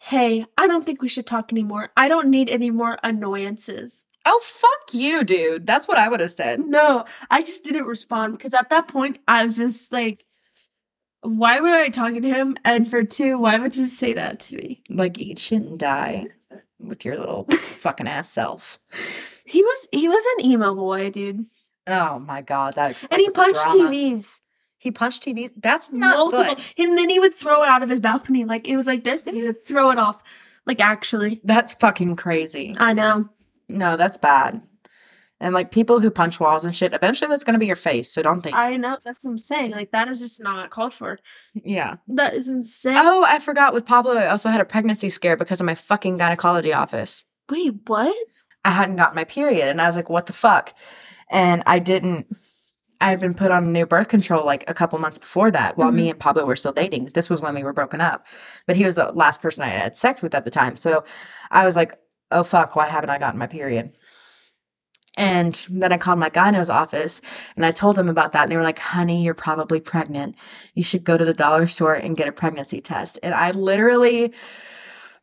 Hey, I don't think we should talk anymore. I don't need any more annoyances. Oh fuck you, dude. That's what I would have said. No, I just didn't respond because at that point I was just like, Why were I talking to him? And for two, why would you say that to me? Like, eat shit and die with your little fucking ass self. He was he was an emo boy, dude. Oh my God. That And he explains the punched drama. TVs. He punched TVs. That's not Multiple. good. And then he would throw it out of his balcony. Like it was like this, and he would throw it off. Like actually. That's fucking crazy. I know. No, that's bad. And like people who punch walls and shit, eventually that's gonna be your face. So don't think. I know. That's what I'm saying. Like that is just not called for. yeah. That is insane. Oh, I forgot. With Pablo, I also had a pregnancy scare because of my fucking gynecology office. Wait, what? I hadn't gotten my period, and I was like, "What the fuck?" And I didn't. I had been put on new birth control like a couple months before that, while me and Pablo were still dating. This was when we were broken up, but he was the last person I had sex with at the time. So I was like, "Oh fuck, why haven't I gotten my period?" And then I called my gyno's office and I told them about that. And they were like, honey, you're probably pregnant. You should go to the dollar store and get a pregnancy test. And I literally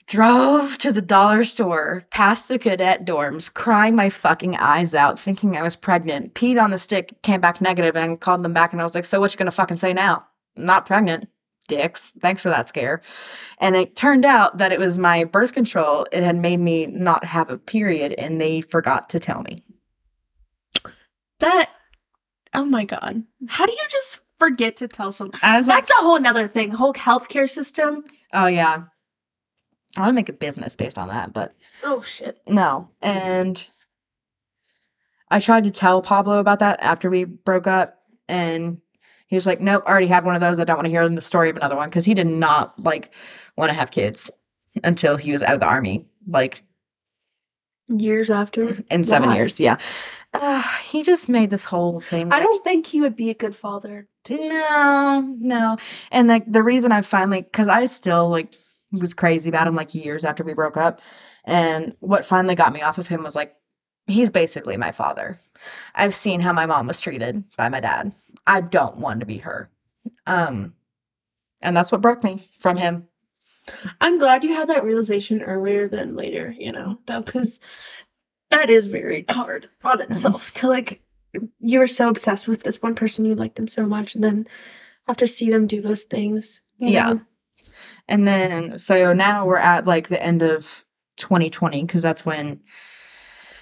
drove to the dollar store past the cadet dorms, crying my fucking eyes out, thinking I was pregnant, peed on the stick, came back negative, and I called them back. And I was like, so what you going to fucking say now? Not pregnant. Dicks. Thanks for that scare. And it turned out that it was my birth control. It had made me not have a period, and they forgot to tell me. That oh my god. How do you just forget to tell someone? I was like, That's a whole nother thing. Whole healthcare system. Oh yeah. I want to make a business based on that, but Oh shit. no. And I tried to tell Pablo about that after we broke up and he was like, "Nope, I already had one of those. I don't want to hear the story of another one cuz he did not like want to have kids until he was out of the army, like Years after. in 7 Why? years, yeah. Uh, he just made this whole thing. I like- don't think he would be a good father. No, no. And like the reason I finally, because I still like was crazy about him like years after we broke up. And what finally got me off of him was like, he's basically my father. I've seen how my mom was treated by my dad. I don't want to be her. Um, and that's what broke me from him. I'm glad you had that realization earlier than later, you know, though, because that is very hard on itself to like, you were so obsessed with this one person, you liked them so much, and then have to see them do those things. you Yeah. know? And then, so now we're at like the end of 2020 because that's when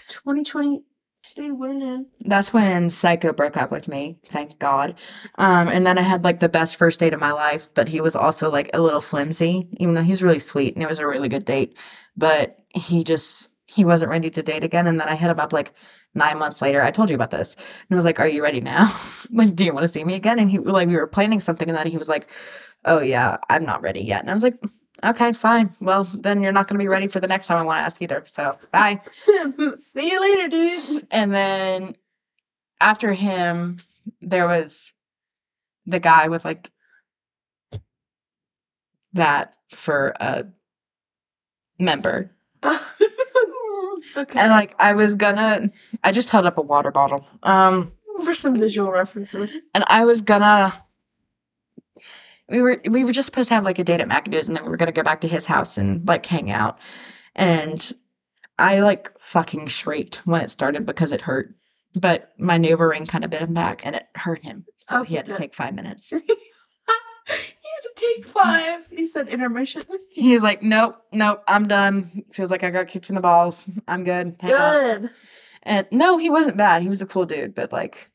2020, stay winning. that's when Psycho broke up with me, thank God. Um, and then I had like the best first date of my life, but he was also like a little flimsy, even though he was really sweet and it was a really good date. But he just he wasn't ready to date again. And then I hit him up like nine months later. I told you about this. And I was like, Are you ready now? like, do you want to see me again? And he like we were planning something, and then he was like, Oh yeah, I'm not ready yet. And I was like, Okay, fine. Well, then you're not gonna be ready for the next time I want to ask either. So bye. see you later, dude. And then after him, there was the guy with like that for a member. okay. And like I was gonna I just held up a water bottle. Um for some visual references. and I was gonna we were we were just supposed to have like a date at McAdoo's and then we were gonna go back to his house and like hang out. And I like fucking shrieked when it started because it hurt. But my neighbor ring kind of bit him back and it hurt him. So he Okay, had to good. take five minutes. he had to take five. He said intermission. He's like, Nope, nope, I'm done. Feels like I got kicked in the balls. I'm good. Hang on." Good. And no, he wasn't bad. He was a cool dude, but like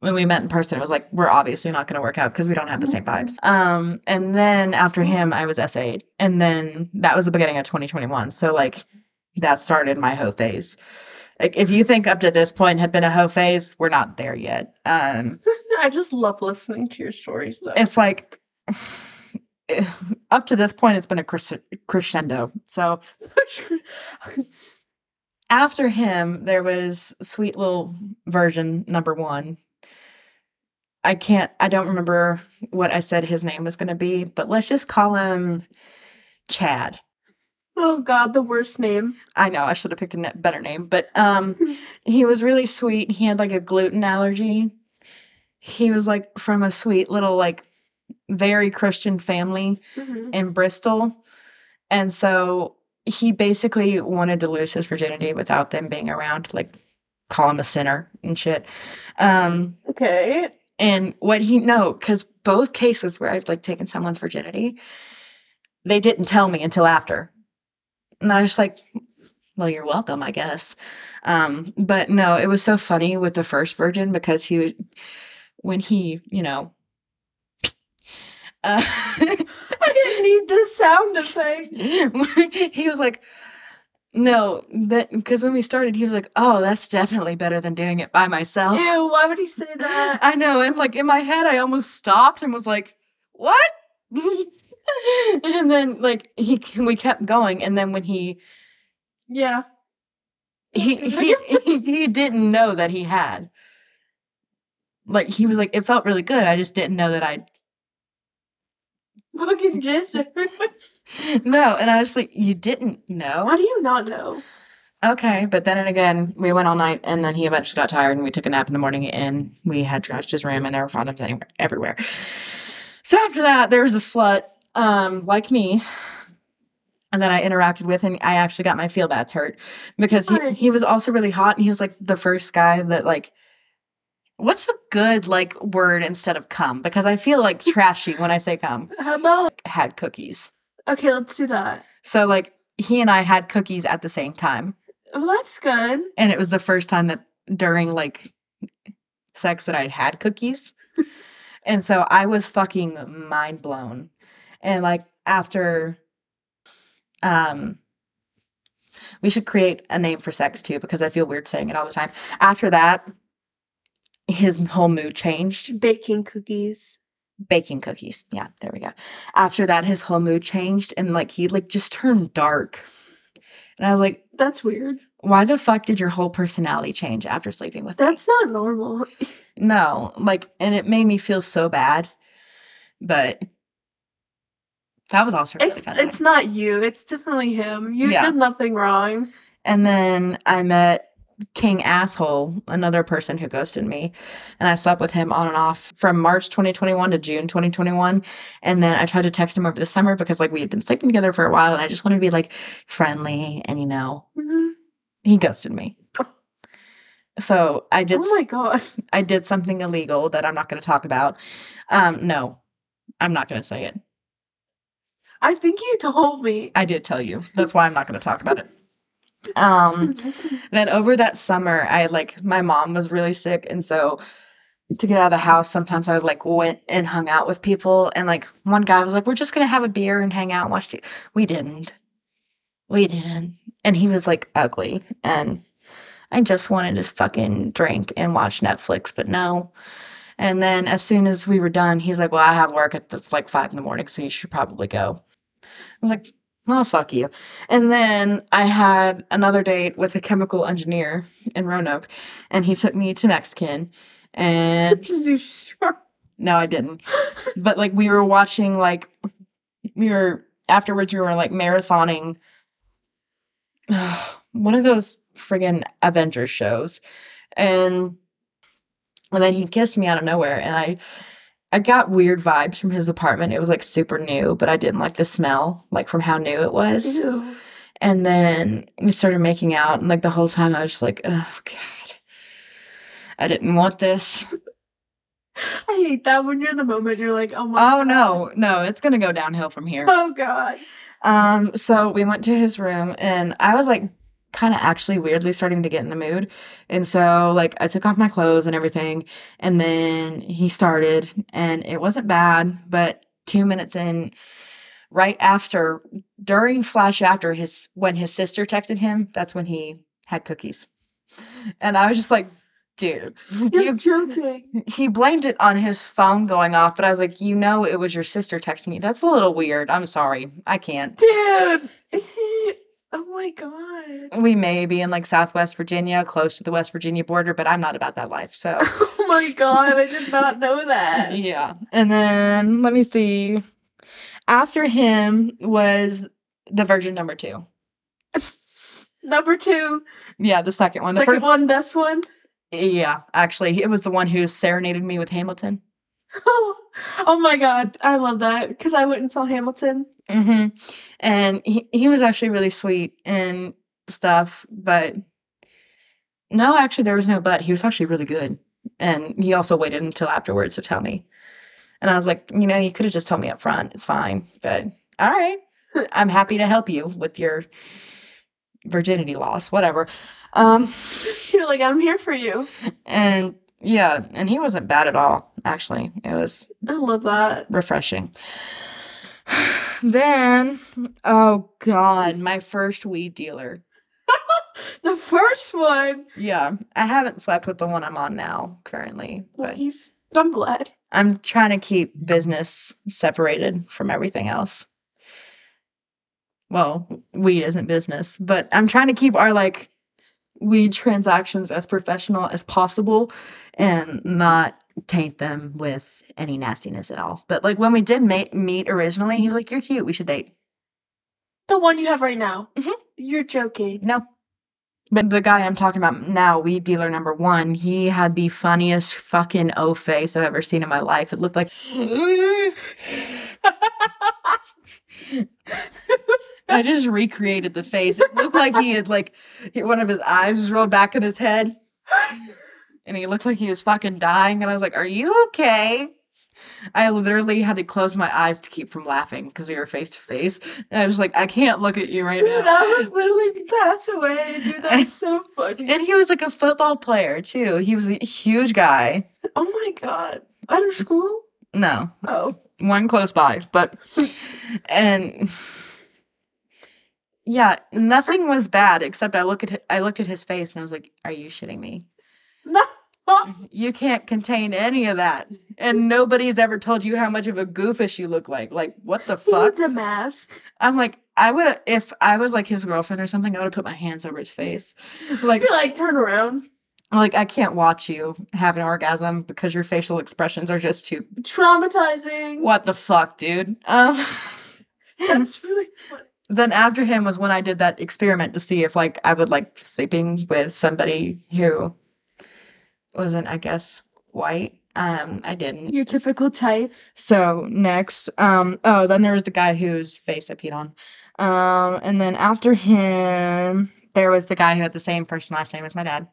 when we met in person, it was like we're obviously not going to work out because we don't have the same vibes. Um, and then after him, I was S8, and then that was the beginning of 2021. So like that started my hoe phase. Like if you think up to this point had been a hoe phase, we're not there yet. Um, I just love listening to your stories, though. it's like up to this point it's been a cres- crescendo so after him there was sweet little version number one i can't i don't remember what i said his name was going to be but let's just call him chad oh God, the worst name. I know I should have picked a ne- better name, but um, he was really sweet. He had like a gluten allergy. He was like from a sweet little like very Christian family Mhm. in Bristol, and so he basically wanted to lose his virginity without them being around, to, like call him a sinner and shit. Um, Okay. and what he no, because both cases where I've like taken someone's virginity, they didn't tell me until after. And I was just like, well, you're welcome, I guess. Um, but no, it was so funny with the first virgin because he would when he, you know, uh, I didn't need this sound effect. he was like, no, that because when we started, he was like, oh, that's definitely better than doing it by myself. Ew, why would he say that? I know. And like in my head, I almost stopped and was like, "What?" and then like he we kept going, and then when he Yeah. he he he, he didn't know that he had. Like he was like, it felt really good. I just didn't know that I Fucking just. How no. And I was like, you didn't know. do you not know? Okay, but then and again, we went all night, and then he eventually got tired, and we took a nap in the morning, and we had trashed his room, and there were condoms anywhere, everywhere. So after that, there was a slut um, like me, and that I interacted with, and I actually got my feel bats hurt because he, Why? he was also really hot, and he was like the first guy that like. What's a good like word instead of cum? Because I feel like trashy when I say cum. How about? Had cookies, Okay, let's do that. so like he and I had cookies at the same time. Well, that's good. and it was the first time that during like sex that I'd had cookies. and so I was fucking mind blown. And like after um we should create a name for sex too because I feel weird saying it all the time. After that his whole mood changed. Baking cookies. Baking cookies. Yeah, there we go. After that his whole mood changed and like he like just turned dark. And I was like That's weird. why the fuck did your whole personality change after sleeping with That's not normal. me? No, like, and it made me feel so bad. But that was also really It's fun. it's not you. It's definitely him. You Yeah. did nothing wrong. and then I met King Asshole, another person who ghosted me, and I slept with him on and off from March 2021 to June 2021. And then I tried to text him over the summer because like we had been sleeping together for a while, and I just wanted to be like friendly, and you know, Mm-hmm. he ghosted me. So I did. oh my god. I did something illegal that I'm not going to talk about. Um, no, I'm not going to say it. I think you told me. I did tell you. That's why I'm not going to talk about it. Um, then over that summer, I like my mom was really sick, and so to get out of the house, sometimes I like went and hung out with people. And like one guy was like, "We're just going to have a beer and hang out and watch." TV. We didn't. We didn't. And he was like ugly, and I just wanted to fucking drink and watch Netflix, but no. And then as soon as we were done, he's like, "Well, I have work at the, like five in the morning, so you should probably go." I was like, "Oh, fuck you." And then I had another date with a chemical engineer in Roanoke, and he took me to Mexican, and no, I didn't. but like we were watching like we were afterwards we were like marathoning one of those friggin' Avengers shows. And and then he kissed me out of nowhere and I I got weird vibes from his apartment. It was like super new, but I didn't like the smell, like from how new it was. Ew. And then we started making out, and like the whole time I was just like, oh god, I didn't want this. I hate that when you're in the moment. You're like, oh my. Oh no, no, it's gonna go downhill from here. Oh god. Um, so we went to his room and I was like kind of actually weirdly starting to get in the mood. And so like I took off my clothes and everything and then he started and it wasn't bad, but 2 minutes in right after during flash after his when his sister texted him, that's when he had cookies. And I was just like dude. You're You- joking. he blamed it on his phone going off, but I was like, you know, it was your sister texting me. That's a little weird. I'm sorry. I can't. Dude. oh my god. We may be in like Southwest Virginia, close to the West Virginia border, but I'm not about that life. So, Oh my god, I did not know that. yeah. And then let me see. After him was the virgin number two. Number two, Yeah, the second one. The second fir- one, best one. Yeah, actually, it was the one who serenaded me with Hamilton. Oh, oh my god, I love that because I went and saw Hamilton. hmm And he, he was actually really sweet and stuff, but no, actually, there was no but. He was actually really good. And he also waited until afterwards to tell me. And I was like, you know, you could have just told me up front. It's fine. But all right, I'm happy to help you with your virginity loss, whatever. Um, You're like, I'm here for you. and yeah, and he wasn't bad at all, actually. It was I love that. refreshing. then, oh god, my first weed dealer. The first one. Yeah, I haven't slept with the one I'm on now currently, Well, but he's. I'm glad. I'm trying to keep business separated from everything else. Well, weed isn't business, but I'm trying to keep our like weed transactions as professional as possible and not taint them with any nastiness at all. But like when we did ma- meet originally, he was like, "You're cute. We should date." The one you have right now. Mhm. You're joking. No. But the guy I'm talking about now, weed dealer number one, he had the funniest fucking O face I've ever seen in my life. It looked like. I just recreated the face. It looked like he had, like, he- one of his eyes was rolled back in his head. And he looked like he was fucking dying. And I was like, Are you okay? I literally had to close my eyes to keep from laughing because we were face to face. And I was like, I can't look at you right now. Dude, I would literally pass away, dude. That's so funny. And he was like a football player too. He was a huge guy. Oh my god. Out of school? No, Oh. one close by, but and yeah, nothing was bad except I look at hi- I looked at his face and I was like, "Are you shitting me? No. You can't contain any of that." And nobody's ever told you how much of a goofish you look like. Like, what the He fuck? needs a mask. I'm like, I would have if I was like his girlfriend or something, I would have put my hands over his face. Like, Be like, turn around. like I can't watch you have an orgasm because your facial expressions are just too Traumatizing. What the fuck, dude? Um, That's really funny. then after him was when I did that experiment to see if like I would like sleeping with somebody who wasn't, I guess, white. Um, I didn't. Your typical type. So next, um, oh, then there was the guy whose face I peed on. Um, and then after him, there was the guy who had the same first and last name as my dad.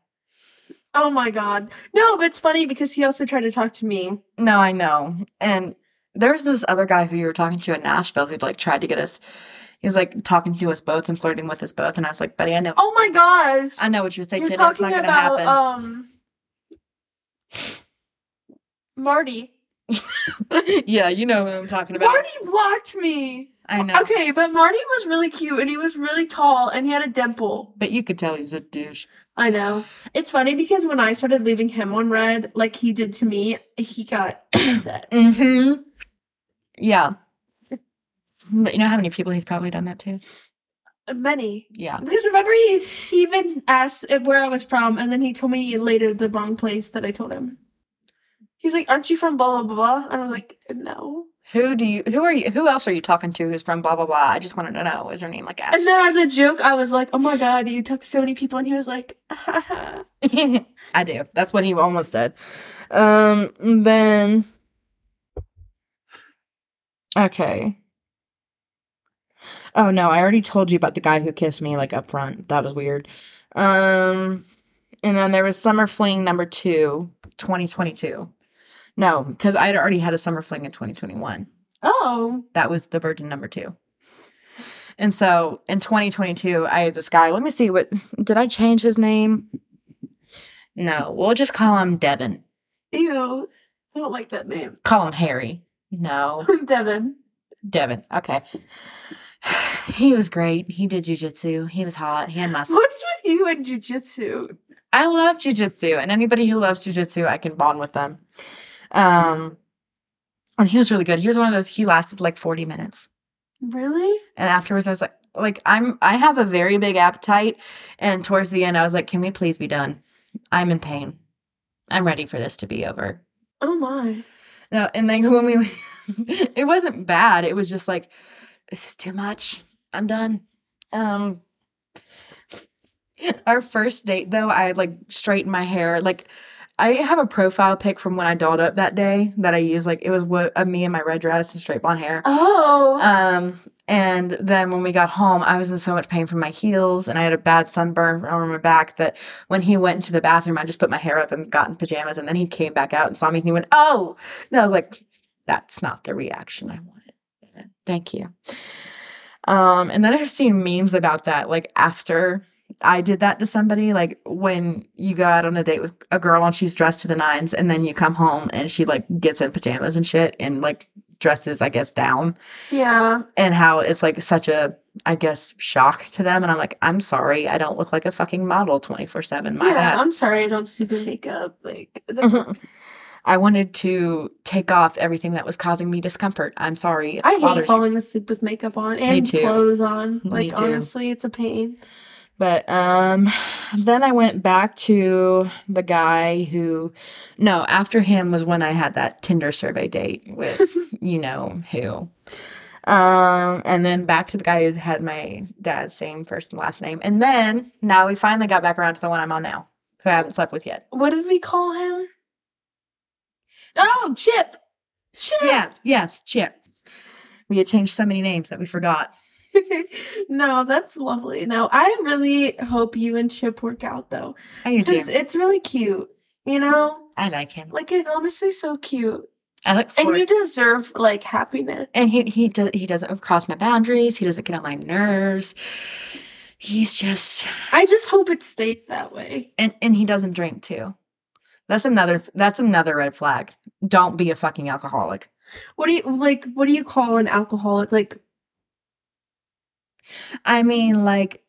Oh my god. No, but it's funny because he also tried to talk to me. No, I know. And there's this other guy who you were talking to in Nashville who'd like tried to get us. He was like talking to us both and flirting with us both, and I was like, buddy, I know. Oh my gosh. I know what you're thinking. You're it's not talking going to about happen. um Marty. uh, yeah, you know who I'm talking about. Marty blocked me. I know. Okay, but Marty was really cute and he was really tall and he had a dimple. But you could tell he was a douche. I know. It's funny because when I started leaving him on red, like he did to me, he got upset. Mm-hmm. Yeah. But you know how many people he's probably done that to? Many. Yeah. Because remember, he he even asked if- where I was from, and then he told me later the wrong place that I told him. He's like, "Aren't you from blah blah blah?" And I was like, "No." Who do you who are you who else are you talking to who's from blah blah blah? I just wanted to know. Is her name like And then as a joke, I was like, "Oh my god, you talk to so many people," and he was like, "Ha ha." Ashley? I do. That's what he almost said. Um then Okay. Oh no, I already told you about the guy who kissed me like up front. That was weird. Um and then there was Summer Fling number 2, 2022. No, because I'd already had a summer fling in 2021. "Oh, That was the virgin number two. And so in 2022, I had this guy. Let me see what did I change his name? No, we'll just call him Devin. ew, I don't like that name." Call him Harry. No, Devin. Devin. Okay. He was great. He did jujitsu. He was hot. He had muscle. What's with you and jujitsu? I love jujitsu, and anybody who loves jujitsu, I can bond with them. Um, and he was really good. He was one of those. He lasted like forty minutes, Really? and afterwards, I was like, like I'm, I have a very big appetite, and towards the end, I was like, can we please be done? I'm in pain. I'm ready for this to be over. Oh my. No, and then when we, it wasn't bad. It was just like, this is too much. I'm done. Um, our first date though, I like straightened my hair. Like, I have a profile pic from when I dolled up that day that I used. Like, it was what of me in my red dress and straight blonde hair. Oh. Um, and then when we got home, I was in so much pain from my heels, and I had a bad sunburn on my back that when he went into the bathroom, I just put my hair up and got in pajamas, and then he came back out and saw me, and he went, "Oh!" And I was like, "That's not the reaction I wanted." Thank you. Um, and then I've seen memes about that, like after. I did that to somebody like when you go out on a date with a girl and she's dressed to the nines and then you come home and she like gets in pajamas and shit and like dresses I guess down yeah. and how it's like such a i guess shock to them and i'm like i'm sorry i don't look like a fucking model 24-7 my yeah. bad I'm sorry. I don't see the makeup. Like. the- Mhm. i wanted to take off everything that was causing me discomfort i'm sorry if I it hate bothers you. falling asleep with makeup on and too. clothes on. Me Like too. honestly, it's a pain. But um, then I went back to the guy who, no, after him was when I had that Tinder survey date with you know who. Um, and then back to the guy who had my dad's same first and last name. And then now we finally got back around to the one I'm on now, who I haven't slept with yet. What did we call him? Oh, Chip. Chip. Yeah, yes, Chip. We had changed so many names that we forgot. no, that's lovely. No, I really hope you and Chip work out though. I do Because too. it's really cute. You know? I like him. Like it's honestly so cute. I look And forward you deserve like happiness. and he he does he doesn't cross my boundaries. He doesn't get on my nerves. He's just I just hope it stays that way. and and he doesn't drink too. That's another that's another red flag. Don't be a fucking alcoholic. What do you like what do you call an alcoholic? Like I mean, like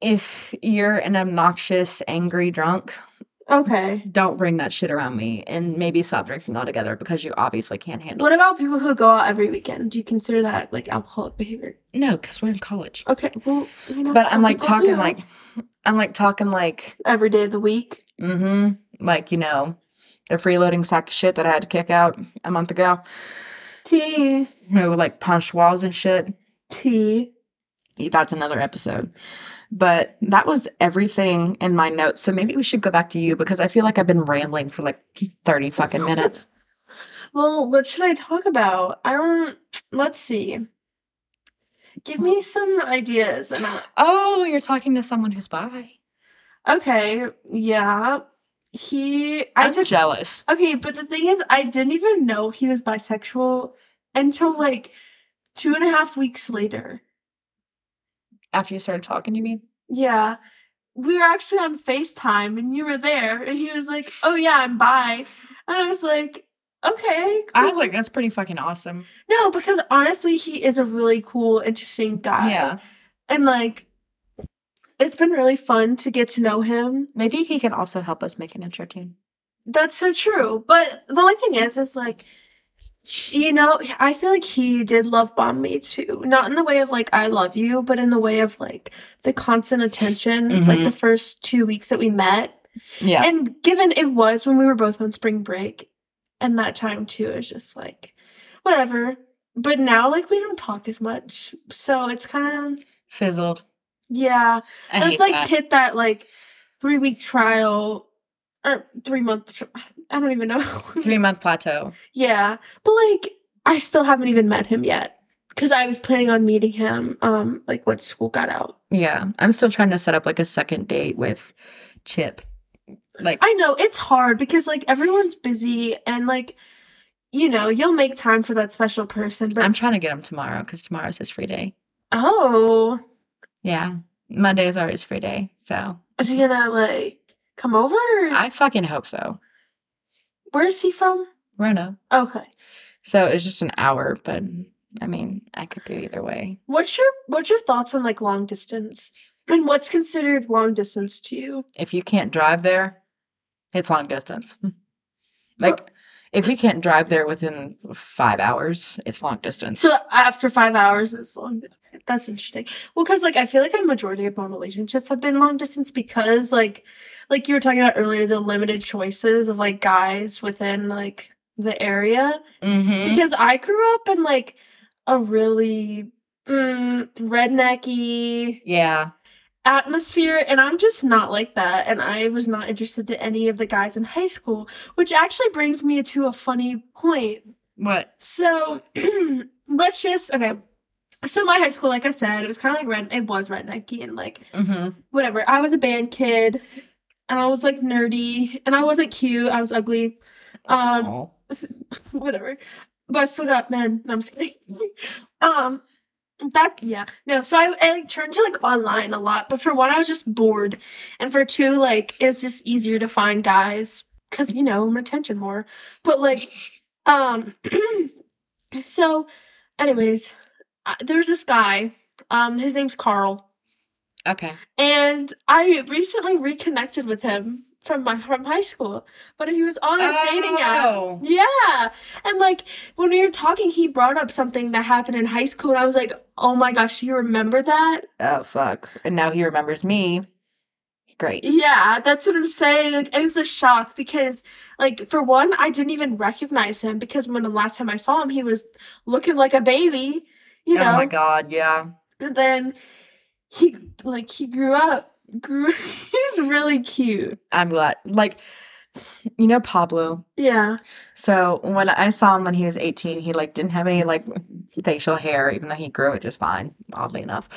if you're an obnoxious, angry drunk, okay. don't bring that shit around me and maybe stop drinking altogether because you obviously can't handle What about people who go out every weekend? Do you consider that like alcoholic behavior? it. No, because we're in college. Okay. Well, you know, But some I'm like people talking do. like I'm like talking like every day of the week. Mm-hmm. Like, you know, the freeloading sack of shit that I had to kick out a month ago. T Who like punched walls and shit. E, T. That's another episode. But that was everything in my notes. So maybe we should go back to you because I feel like I've been rambling for like 30 fucking minutes. Well, what should I talk about? I don't let's see. Give me some ideas and I'll oh, you're talking to someone who's bi. Okay, yeah. He I I'm did jealous. Okay, but the thing is I didn't even know he was bisexual until like two and a half weeks later. After you started talking to me. Yeah. We were actually on FaceTime and you were there and he was like, Oh yeah, I'm bi. And I was like, Okay. I cool." was like, that's pretty fucking awesome. No, because honestly he is a really cool, interesting guy. Yeah. And like it's been really fun to get to know him. Maybe he can also help us make an intro tune. That's so true. But the only thing is, is like, you know, I feel like he did love bomb me too. Not in the way of like, I love you, but in the way of like the constant attention, like Mhm. the first two weeks that we met. Yeah. And given it was when we were both on spring break, and that time too, it was just like, whatever. But now, like, we don't talk as much. So it's kind of, Fizzled. yeah. I That's hate like that. hit that like three week trial or three month. Tri- I don't even know. Three month plateau. yeah, but like I still haven't even met him yet because I was planning on meeting him. Um, like when school got out. Yeah, I'm still trying to set up like a second date with Chip. Like, I know it's hard because like everyone's busy and like you know you'll make time for that special person. But I'm trying to get him tomorrow because tomorrow's his free day. oh, Yeah, Mondays are his free day. So is he gonna like come over? I fucking hope so. Where is he from? Rona. Okay. So it's just an hour, but I mean, I could do either way. What's your what's your thoughts on like long distance? And what's considered long distance to you? If you can't drive there, it's long distance. Like, if you can't drive there within five hours, it's long distance. So after five hours is long. That's interesting. Well, because like I feel like a majority of my relationships have been long distance because like, like you were talking about earlier, the limited choices of like guys within like the area. Mm-hmm. Because I grew up in like a really mm, rednecky Yeah. atmosphere and I'm just not like that and I was not interested to any of the guys in high school which actually brings me to a funny point What? so let's just okay so my high school like I said it was kind of like red it was rednecky and like Mm-hmm. whatever I was a band kid and I was like nerdy and I wasn't cute I was ugly um whatever. But I still got men. No, I'm just kidding. um, that yeah. No, so I, I turned to like online a lot, but for one, I was just bored, and for two, like it was just easier to find guys because you know I'm an attention whore. But like, um, so, anyways, uh, there's this guy. Um, his name's Carl okay. and I recently reconnected with him from my from high school, but he was on a dating app. Oh. Yeah, and like when we were talking, he brought up something that happened in high school, and I was like, "Oh my gosh, you remember that?" Oh fuck. And now he remembers me. Great. Yeah, that's what I'm saying. Like, it was a shock because, like, for one, I didn't even recognize him because when the last time I saw him, he was looking like a baby. You know, Oh my god, yeah. and then he like he grew up. Grew. he's really cute. I'm glad. Like you know Pablo. Yeah. So when I saw him when he was 18, he like didn't have any like facial hair, even though he grew it just fine, oddly enough.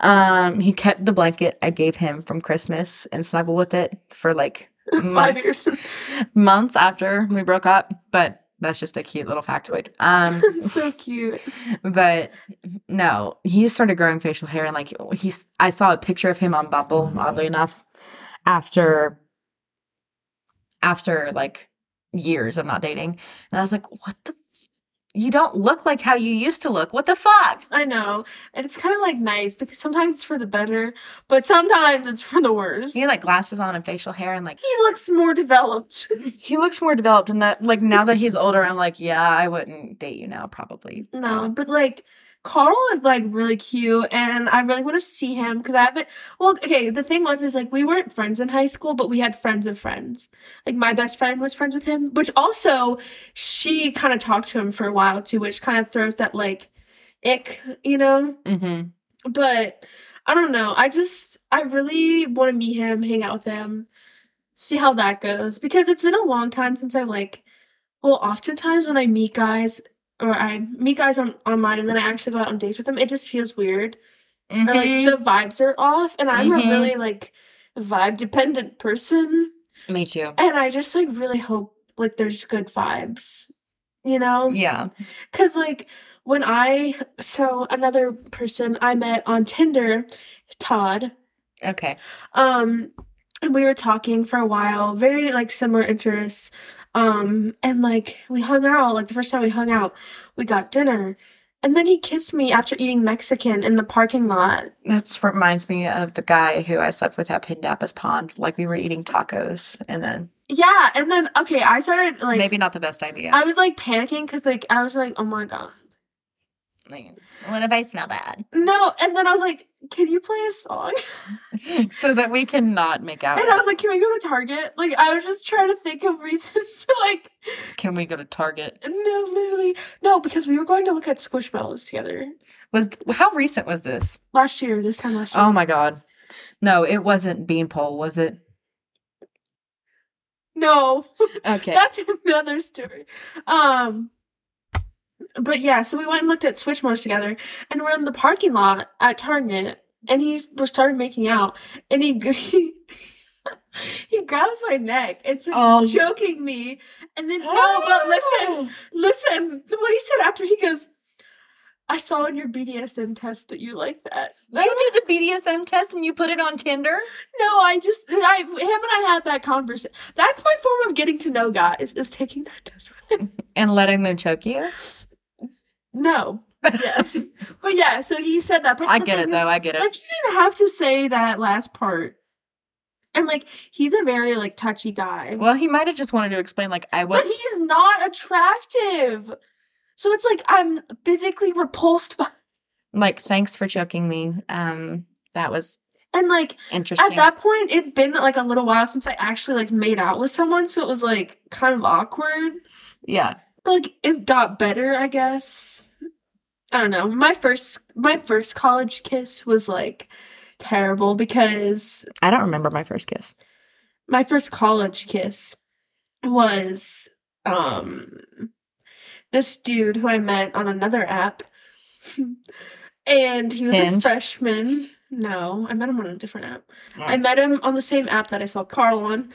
Um, he kept the blanket I gave him from Christmas and snuggled with it for like months, months after we broke up. But that's just a cute little factoid. Um, so cute. but no, he started growing facial hair, and like he's, I saw a picture of him on Bumble, oddly enough, after, after like years of not dating, and I was like, what the, f- you don't look like how you used to look. What the fuck? I know. And it's kind of like nice because sometimes it's for the better, but sometimes it's for the worse. He had like glasses on and facial hair, and like He looks more developed. he looks more developed. And that, like now that he's older, I'm like, yeah, I wouldn't date you now, probably. no, but like Carl is like really cute and I really want to see him because I haven't. Well, okay, the thing was, is like we weren't friends in high school, but we had friends of friends. Like my best friend was friends with him, which also she kind of talked to him for a while too, which kind of throws that like ick, you know? Mm-hmm. but I don't know. I just I really want to meet him, hang out with him, see how that goes because it's been a long time since I like. Well, oftentimes when I meet guys or I meet guys on online and then I actually go out on dates with them, it just feels weird. Mm-hmm. And, like the vibes are off, and I'm Mhm. a really like vibe dependent person, Me too. and I just like really hope like there's good vibes, you know? Yeah. Because, like, when I, so another person I met on Tinder, Todd, Okay. um, and we were talking for a while, very like similar interests. Um, and like we hung out, like the first time we hung out, we got dinner. And then he kissed me after eating Mexican in the parking lot. That's what reminds me of the guy who I slept with at Pindapas Pond. Like we were eating tacos, and then Yeah. And then, okay, I started like, maybe not the best idea. I was like panicking because, like, I was like, oh my God. Like, what if I smell bad? No. And then I was like, can you play a song? so that we cannot make out. And I was like, can we go to Target? Like, I was just trying to think of reasons to, like, Can we go to Target? no, literally, no, because we were going to look at Squishmallows together Was how recent was this? last year, this time last year. Oh my god. No, it wasn't Beanpole, was it? no, Okay. that's another story. Um, but yeah, so we went and looked at Squishmallows together, and we're in the parking lot at Target, and he we started making out, and he. he He grabs my neck and starts Oh. choking me, and then no, but listen, Listen, what he said after he goes, I saw in your BDSM test that you like that. You did the BDSM test and you put it on Tinder? No, I just I him and I had that conversation. That's my form of getting to know guys is taking that test. And letting them choke you? No, yes. But yeah, so he said that. But I the get thing it is, though. I get it. Like he didn't have to say that last part. And like he's a very like touchy guy. Well, he might have just wanted to explain, like I was. But he's not attractive. So it's like I'm physically repulsed by like, thanks for choking me. Um, that was and like interesting. at that point it'd been like a little while since I actually like made out with someone, so it was like kind of awkward. yeah, But, like it got better, I guess. I don't know. My first my first college kiss was like terrible because I don't remember my first kiss. my first college kiss was um this dude who I met on another app. and he was Hinge? a freshman. No, I met him on a different app. I Alright. met him on the same app that I saw Carl on.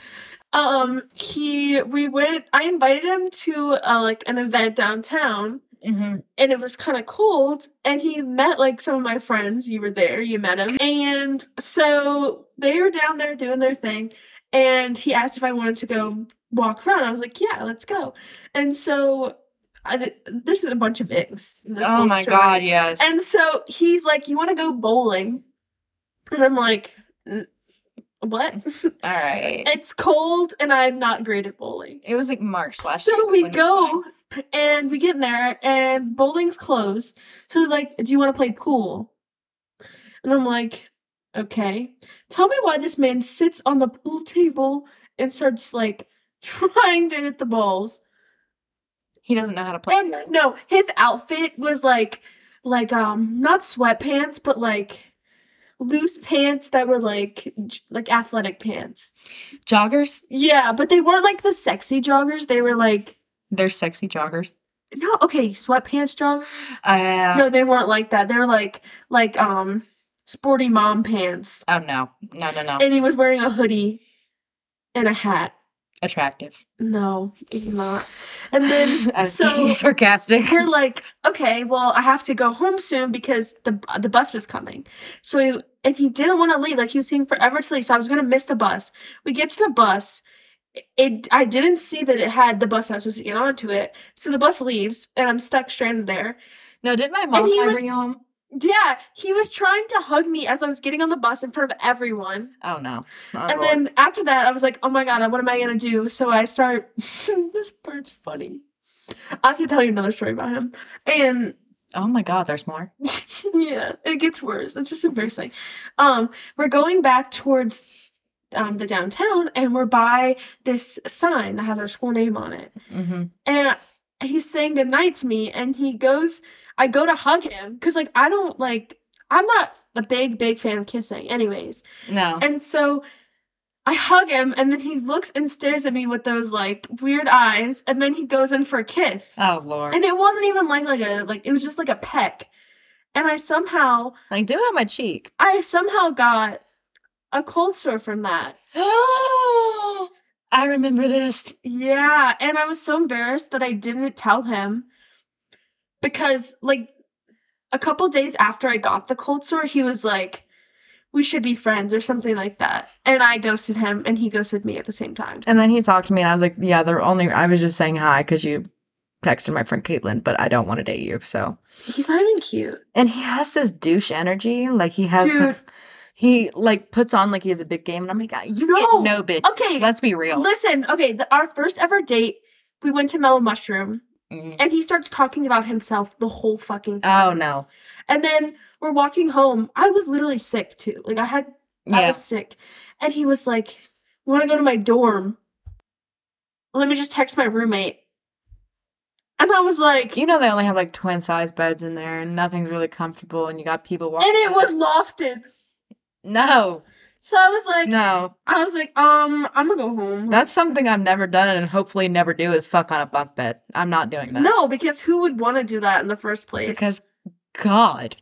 Um he we went I invited him to uh, like an event downtown Mm-hmm. and it was kind of cold and he met like some of my friends you were there you met him and so they were down there doing their thing and he asked if i wanted to go walk around i was like yeah let's go and so I, th- there's a bunch of icks in this Oh whole my story. god, yes. and so he's like you want to go bowling and i'm like "N- what all right. it's cold and i'm not great at bowling It was like March last. year, so we when- go and we get in there and bowling's closed. So he's like, Do you want to play pool? And I'm like, Okay. Tell me why this man sits on the pool table and starts like trying to hit the balls. He doesn't know how to play. And no, his outfit was like like um not sweatpants, but like loose pants that were like j- like athletic pants. Joggers. Yeah, but they weren't like the sexy joggers. They were like They're sexy joggers. no, okay, sweatpants joggers. Uh, No, they weren't like that. They were like like um sporty mom pants. Oh no, no, no, no. And he was wearing a hoodie and a hat. Attractive. No, he's not. And then so sarcastic. we're like, okay, well, I have to go home soon because the the bus was coming. So he, and he didn't want to leave. Like he was taking forever to leave. So I was gonna miss the bus. We get to the bus. It I didn't see that it had the bus I was supposed to get onto it. So the bus leaves and I'm stuck stranded there. No, did my mom he ever was- bring you home? Yeah, he was trying to hug me as I was getting on the bus in front of everyone. Oh no. Oh, Lord. and then after that, I was like, oh my God, what am I going to do? So I start. this part's funny. I have to tell you another story about him. And oh my god, there's more. yeah, it gets worse. It's just embarrassing. Um, we're going back towards um, the downtown and we're by this sign that has our school name on it Mm-hmm. and he's saying goodnight to me and he goes i go to hug him because like i don't like i'm not a big big fan of kissing anyways No. and so i hug him and then he looks and stares at me with those like weird eyes and then he goes in for a kiss oh lord. and it wasn't even like like a like it was just like a peck and i somehow like do it on my cheek. i somehow got a cold sore from that I remember this. Yeah, and I was so embarrassed that I didn't tell him because like a couple days after I got the cold sore, he was like we should be friends or something like that. And I ghosted him and he ghosted me at the same time. And then he talked to me, and I was like, "Yeah, they're only." I was just saying hi because you texted my friend Caitlin, but I don't want to date you. So, He's not even cute. and he has this douche energy, like he has. the- Dude. he like puts on like he has a big game, and I'm like, "Ah, "You No. get no bitch." Okay. let's be real. Listen, okay, the, our first ever date, we went to Mellow Mushroom Mm. and he starts talking about himself the whole fucking time. Oh no. And then we're walking home. I was literally sick too. Like I had I Yeah. was sick. And he was like, want to go to my dorm? Let me just text my roommate. And I was like, You know they only have like twin size beds in there, and nothing's really comfortable, and you got people walking. and it around. was lofted. no, So I was like, no. I was like, um, I'm gonna go home. That's something I've never done, and hopefully never do is fuck on a bunk bed. I'm not doing that. no, because who would want to do that in the first place? because God.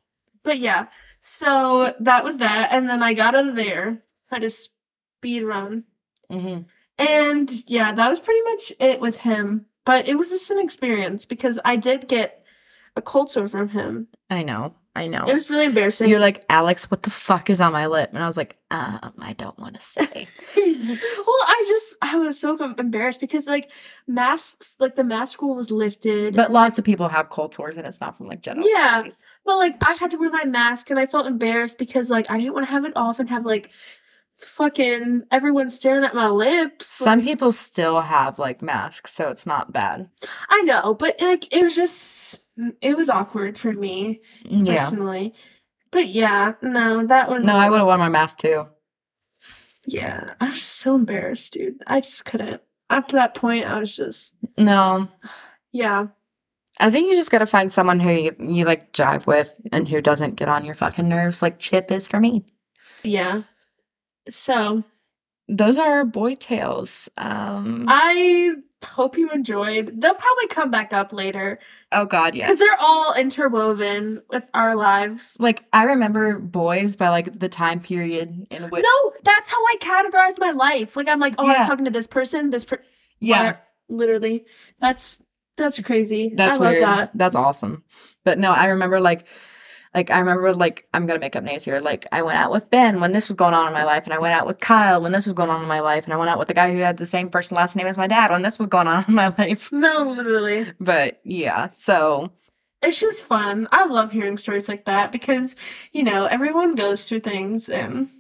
but yeah, so that was that. And then I got out of there, had a speed run, Mm-hmm. and yeah, that was pretty much it with him. But it was just an experience because I did get a cold sore from him. I know. I know. It was really embarrassing. You're like, Alex, what the fuck is on my lip? And I was like, um, I don't want to say. well, I just I was so com- embarrassed because like masks, like the mask rule was lifted, but lots of people have cold sores and it's not from like general. Yeah. allergies. but like I had to wear my mask and I felt embarrassed because like I didn't want to have it off and have like fucking everyone staring at my lips. Some people still have like masks, so it's not bad. I know, but like it was just it was awkward for me Yeah. personally. But yeah, no, that one. No, I would have worn my mask too. Yeah, I was just so embarrassed, dude. I just couldn't. After that point, I was just No. yeah. I think you just gotta find someone who you, you like jive with and who doesn't get on your fucking nerves like Chip is for me. Yeah. So Those are our boy tales. Um I hope you enjoyed. They'll probably come back up later oh god, because they're all interwoven with our lives. Like I remember boys by like the time period in which no, that's how I categorize my life. Like I'm like, oh, Yeah. I'm talking to this person. This per- Yeah. Why- literally. That's that's crazy. That's I love weird. that. That's awesome. But no, I remember like like I remember like I'm gonna make up names here. Like I went out with Ben when this was going on in my life, and I went out with Kyle when this was going on in my life, and I went out with the guy who had the same first and last name as my dad when this was going on in my life. No, literally. But yeah, so It's just fun. I love hearing stories like that because, you know, everyone goes through things and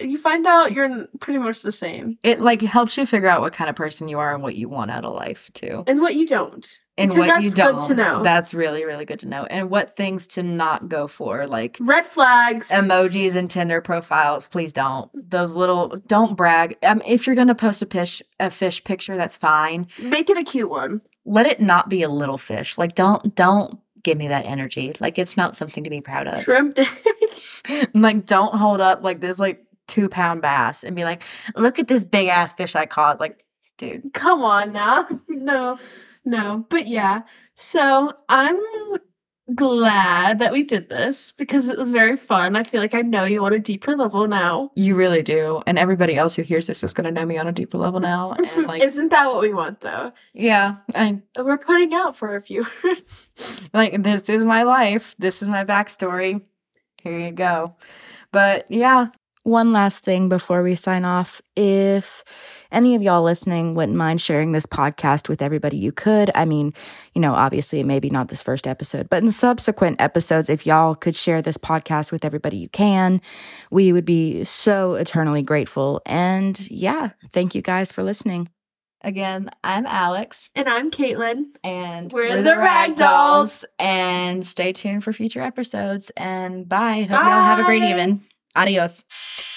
you find out you're n- pretty much the same it like helps you figure out what kind of person you are and what you want out of life too. and what you don't. And Because what you that's don't. good to know. That's really, really good to know. And what things to not go for. Like Red flags. emojis and Tinder profiles. Please don't. Those little don't brag. Um, if you're gonna post a fish a fish picture, that's fine. Make it a cute one. Let it not be a little fish. Like don't don't give me that energy. Like it's not something to be proud of. Shrimp dick. Like don't hold up like this like two pound bass and be like, look at this big ass fish I caught. Like, dude. Come on now. No, no. But yeah. So I'm glad that we did this because it was very fun. I feel like I know you on a deeper level now. You really do. And everybody else who hears this is gonna know me on a deeper level now. And like Isn't that what we want though? Yeah. And We're putting out for a few. like this is my life this is my backstory here you go but yeah One last thing before we sign off. If any of y'all listening wouldn't mind sharing this podcast with everybody you could, I mean, you know, obviously, maybe not this first episode, but in subsequent episodes, if y'all could share this podcast with everybody you can, we would be so eternally grateful. And yeah, thank you guys for listening. again i'm alex and I'm Caitlin. and We're the Rag Dolls. and stay tuned for future episodes and bye hope y'all have a great Bye. evening adios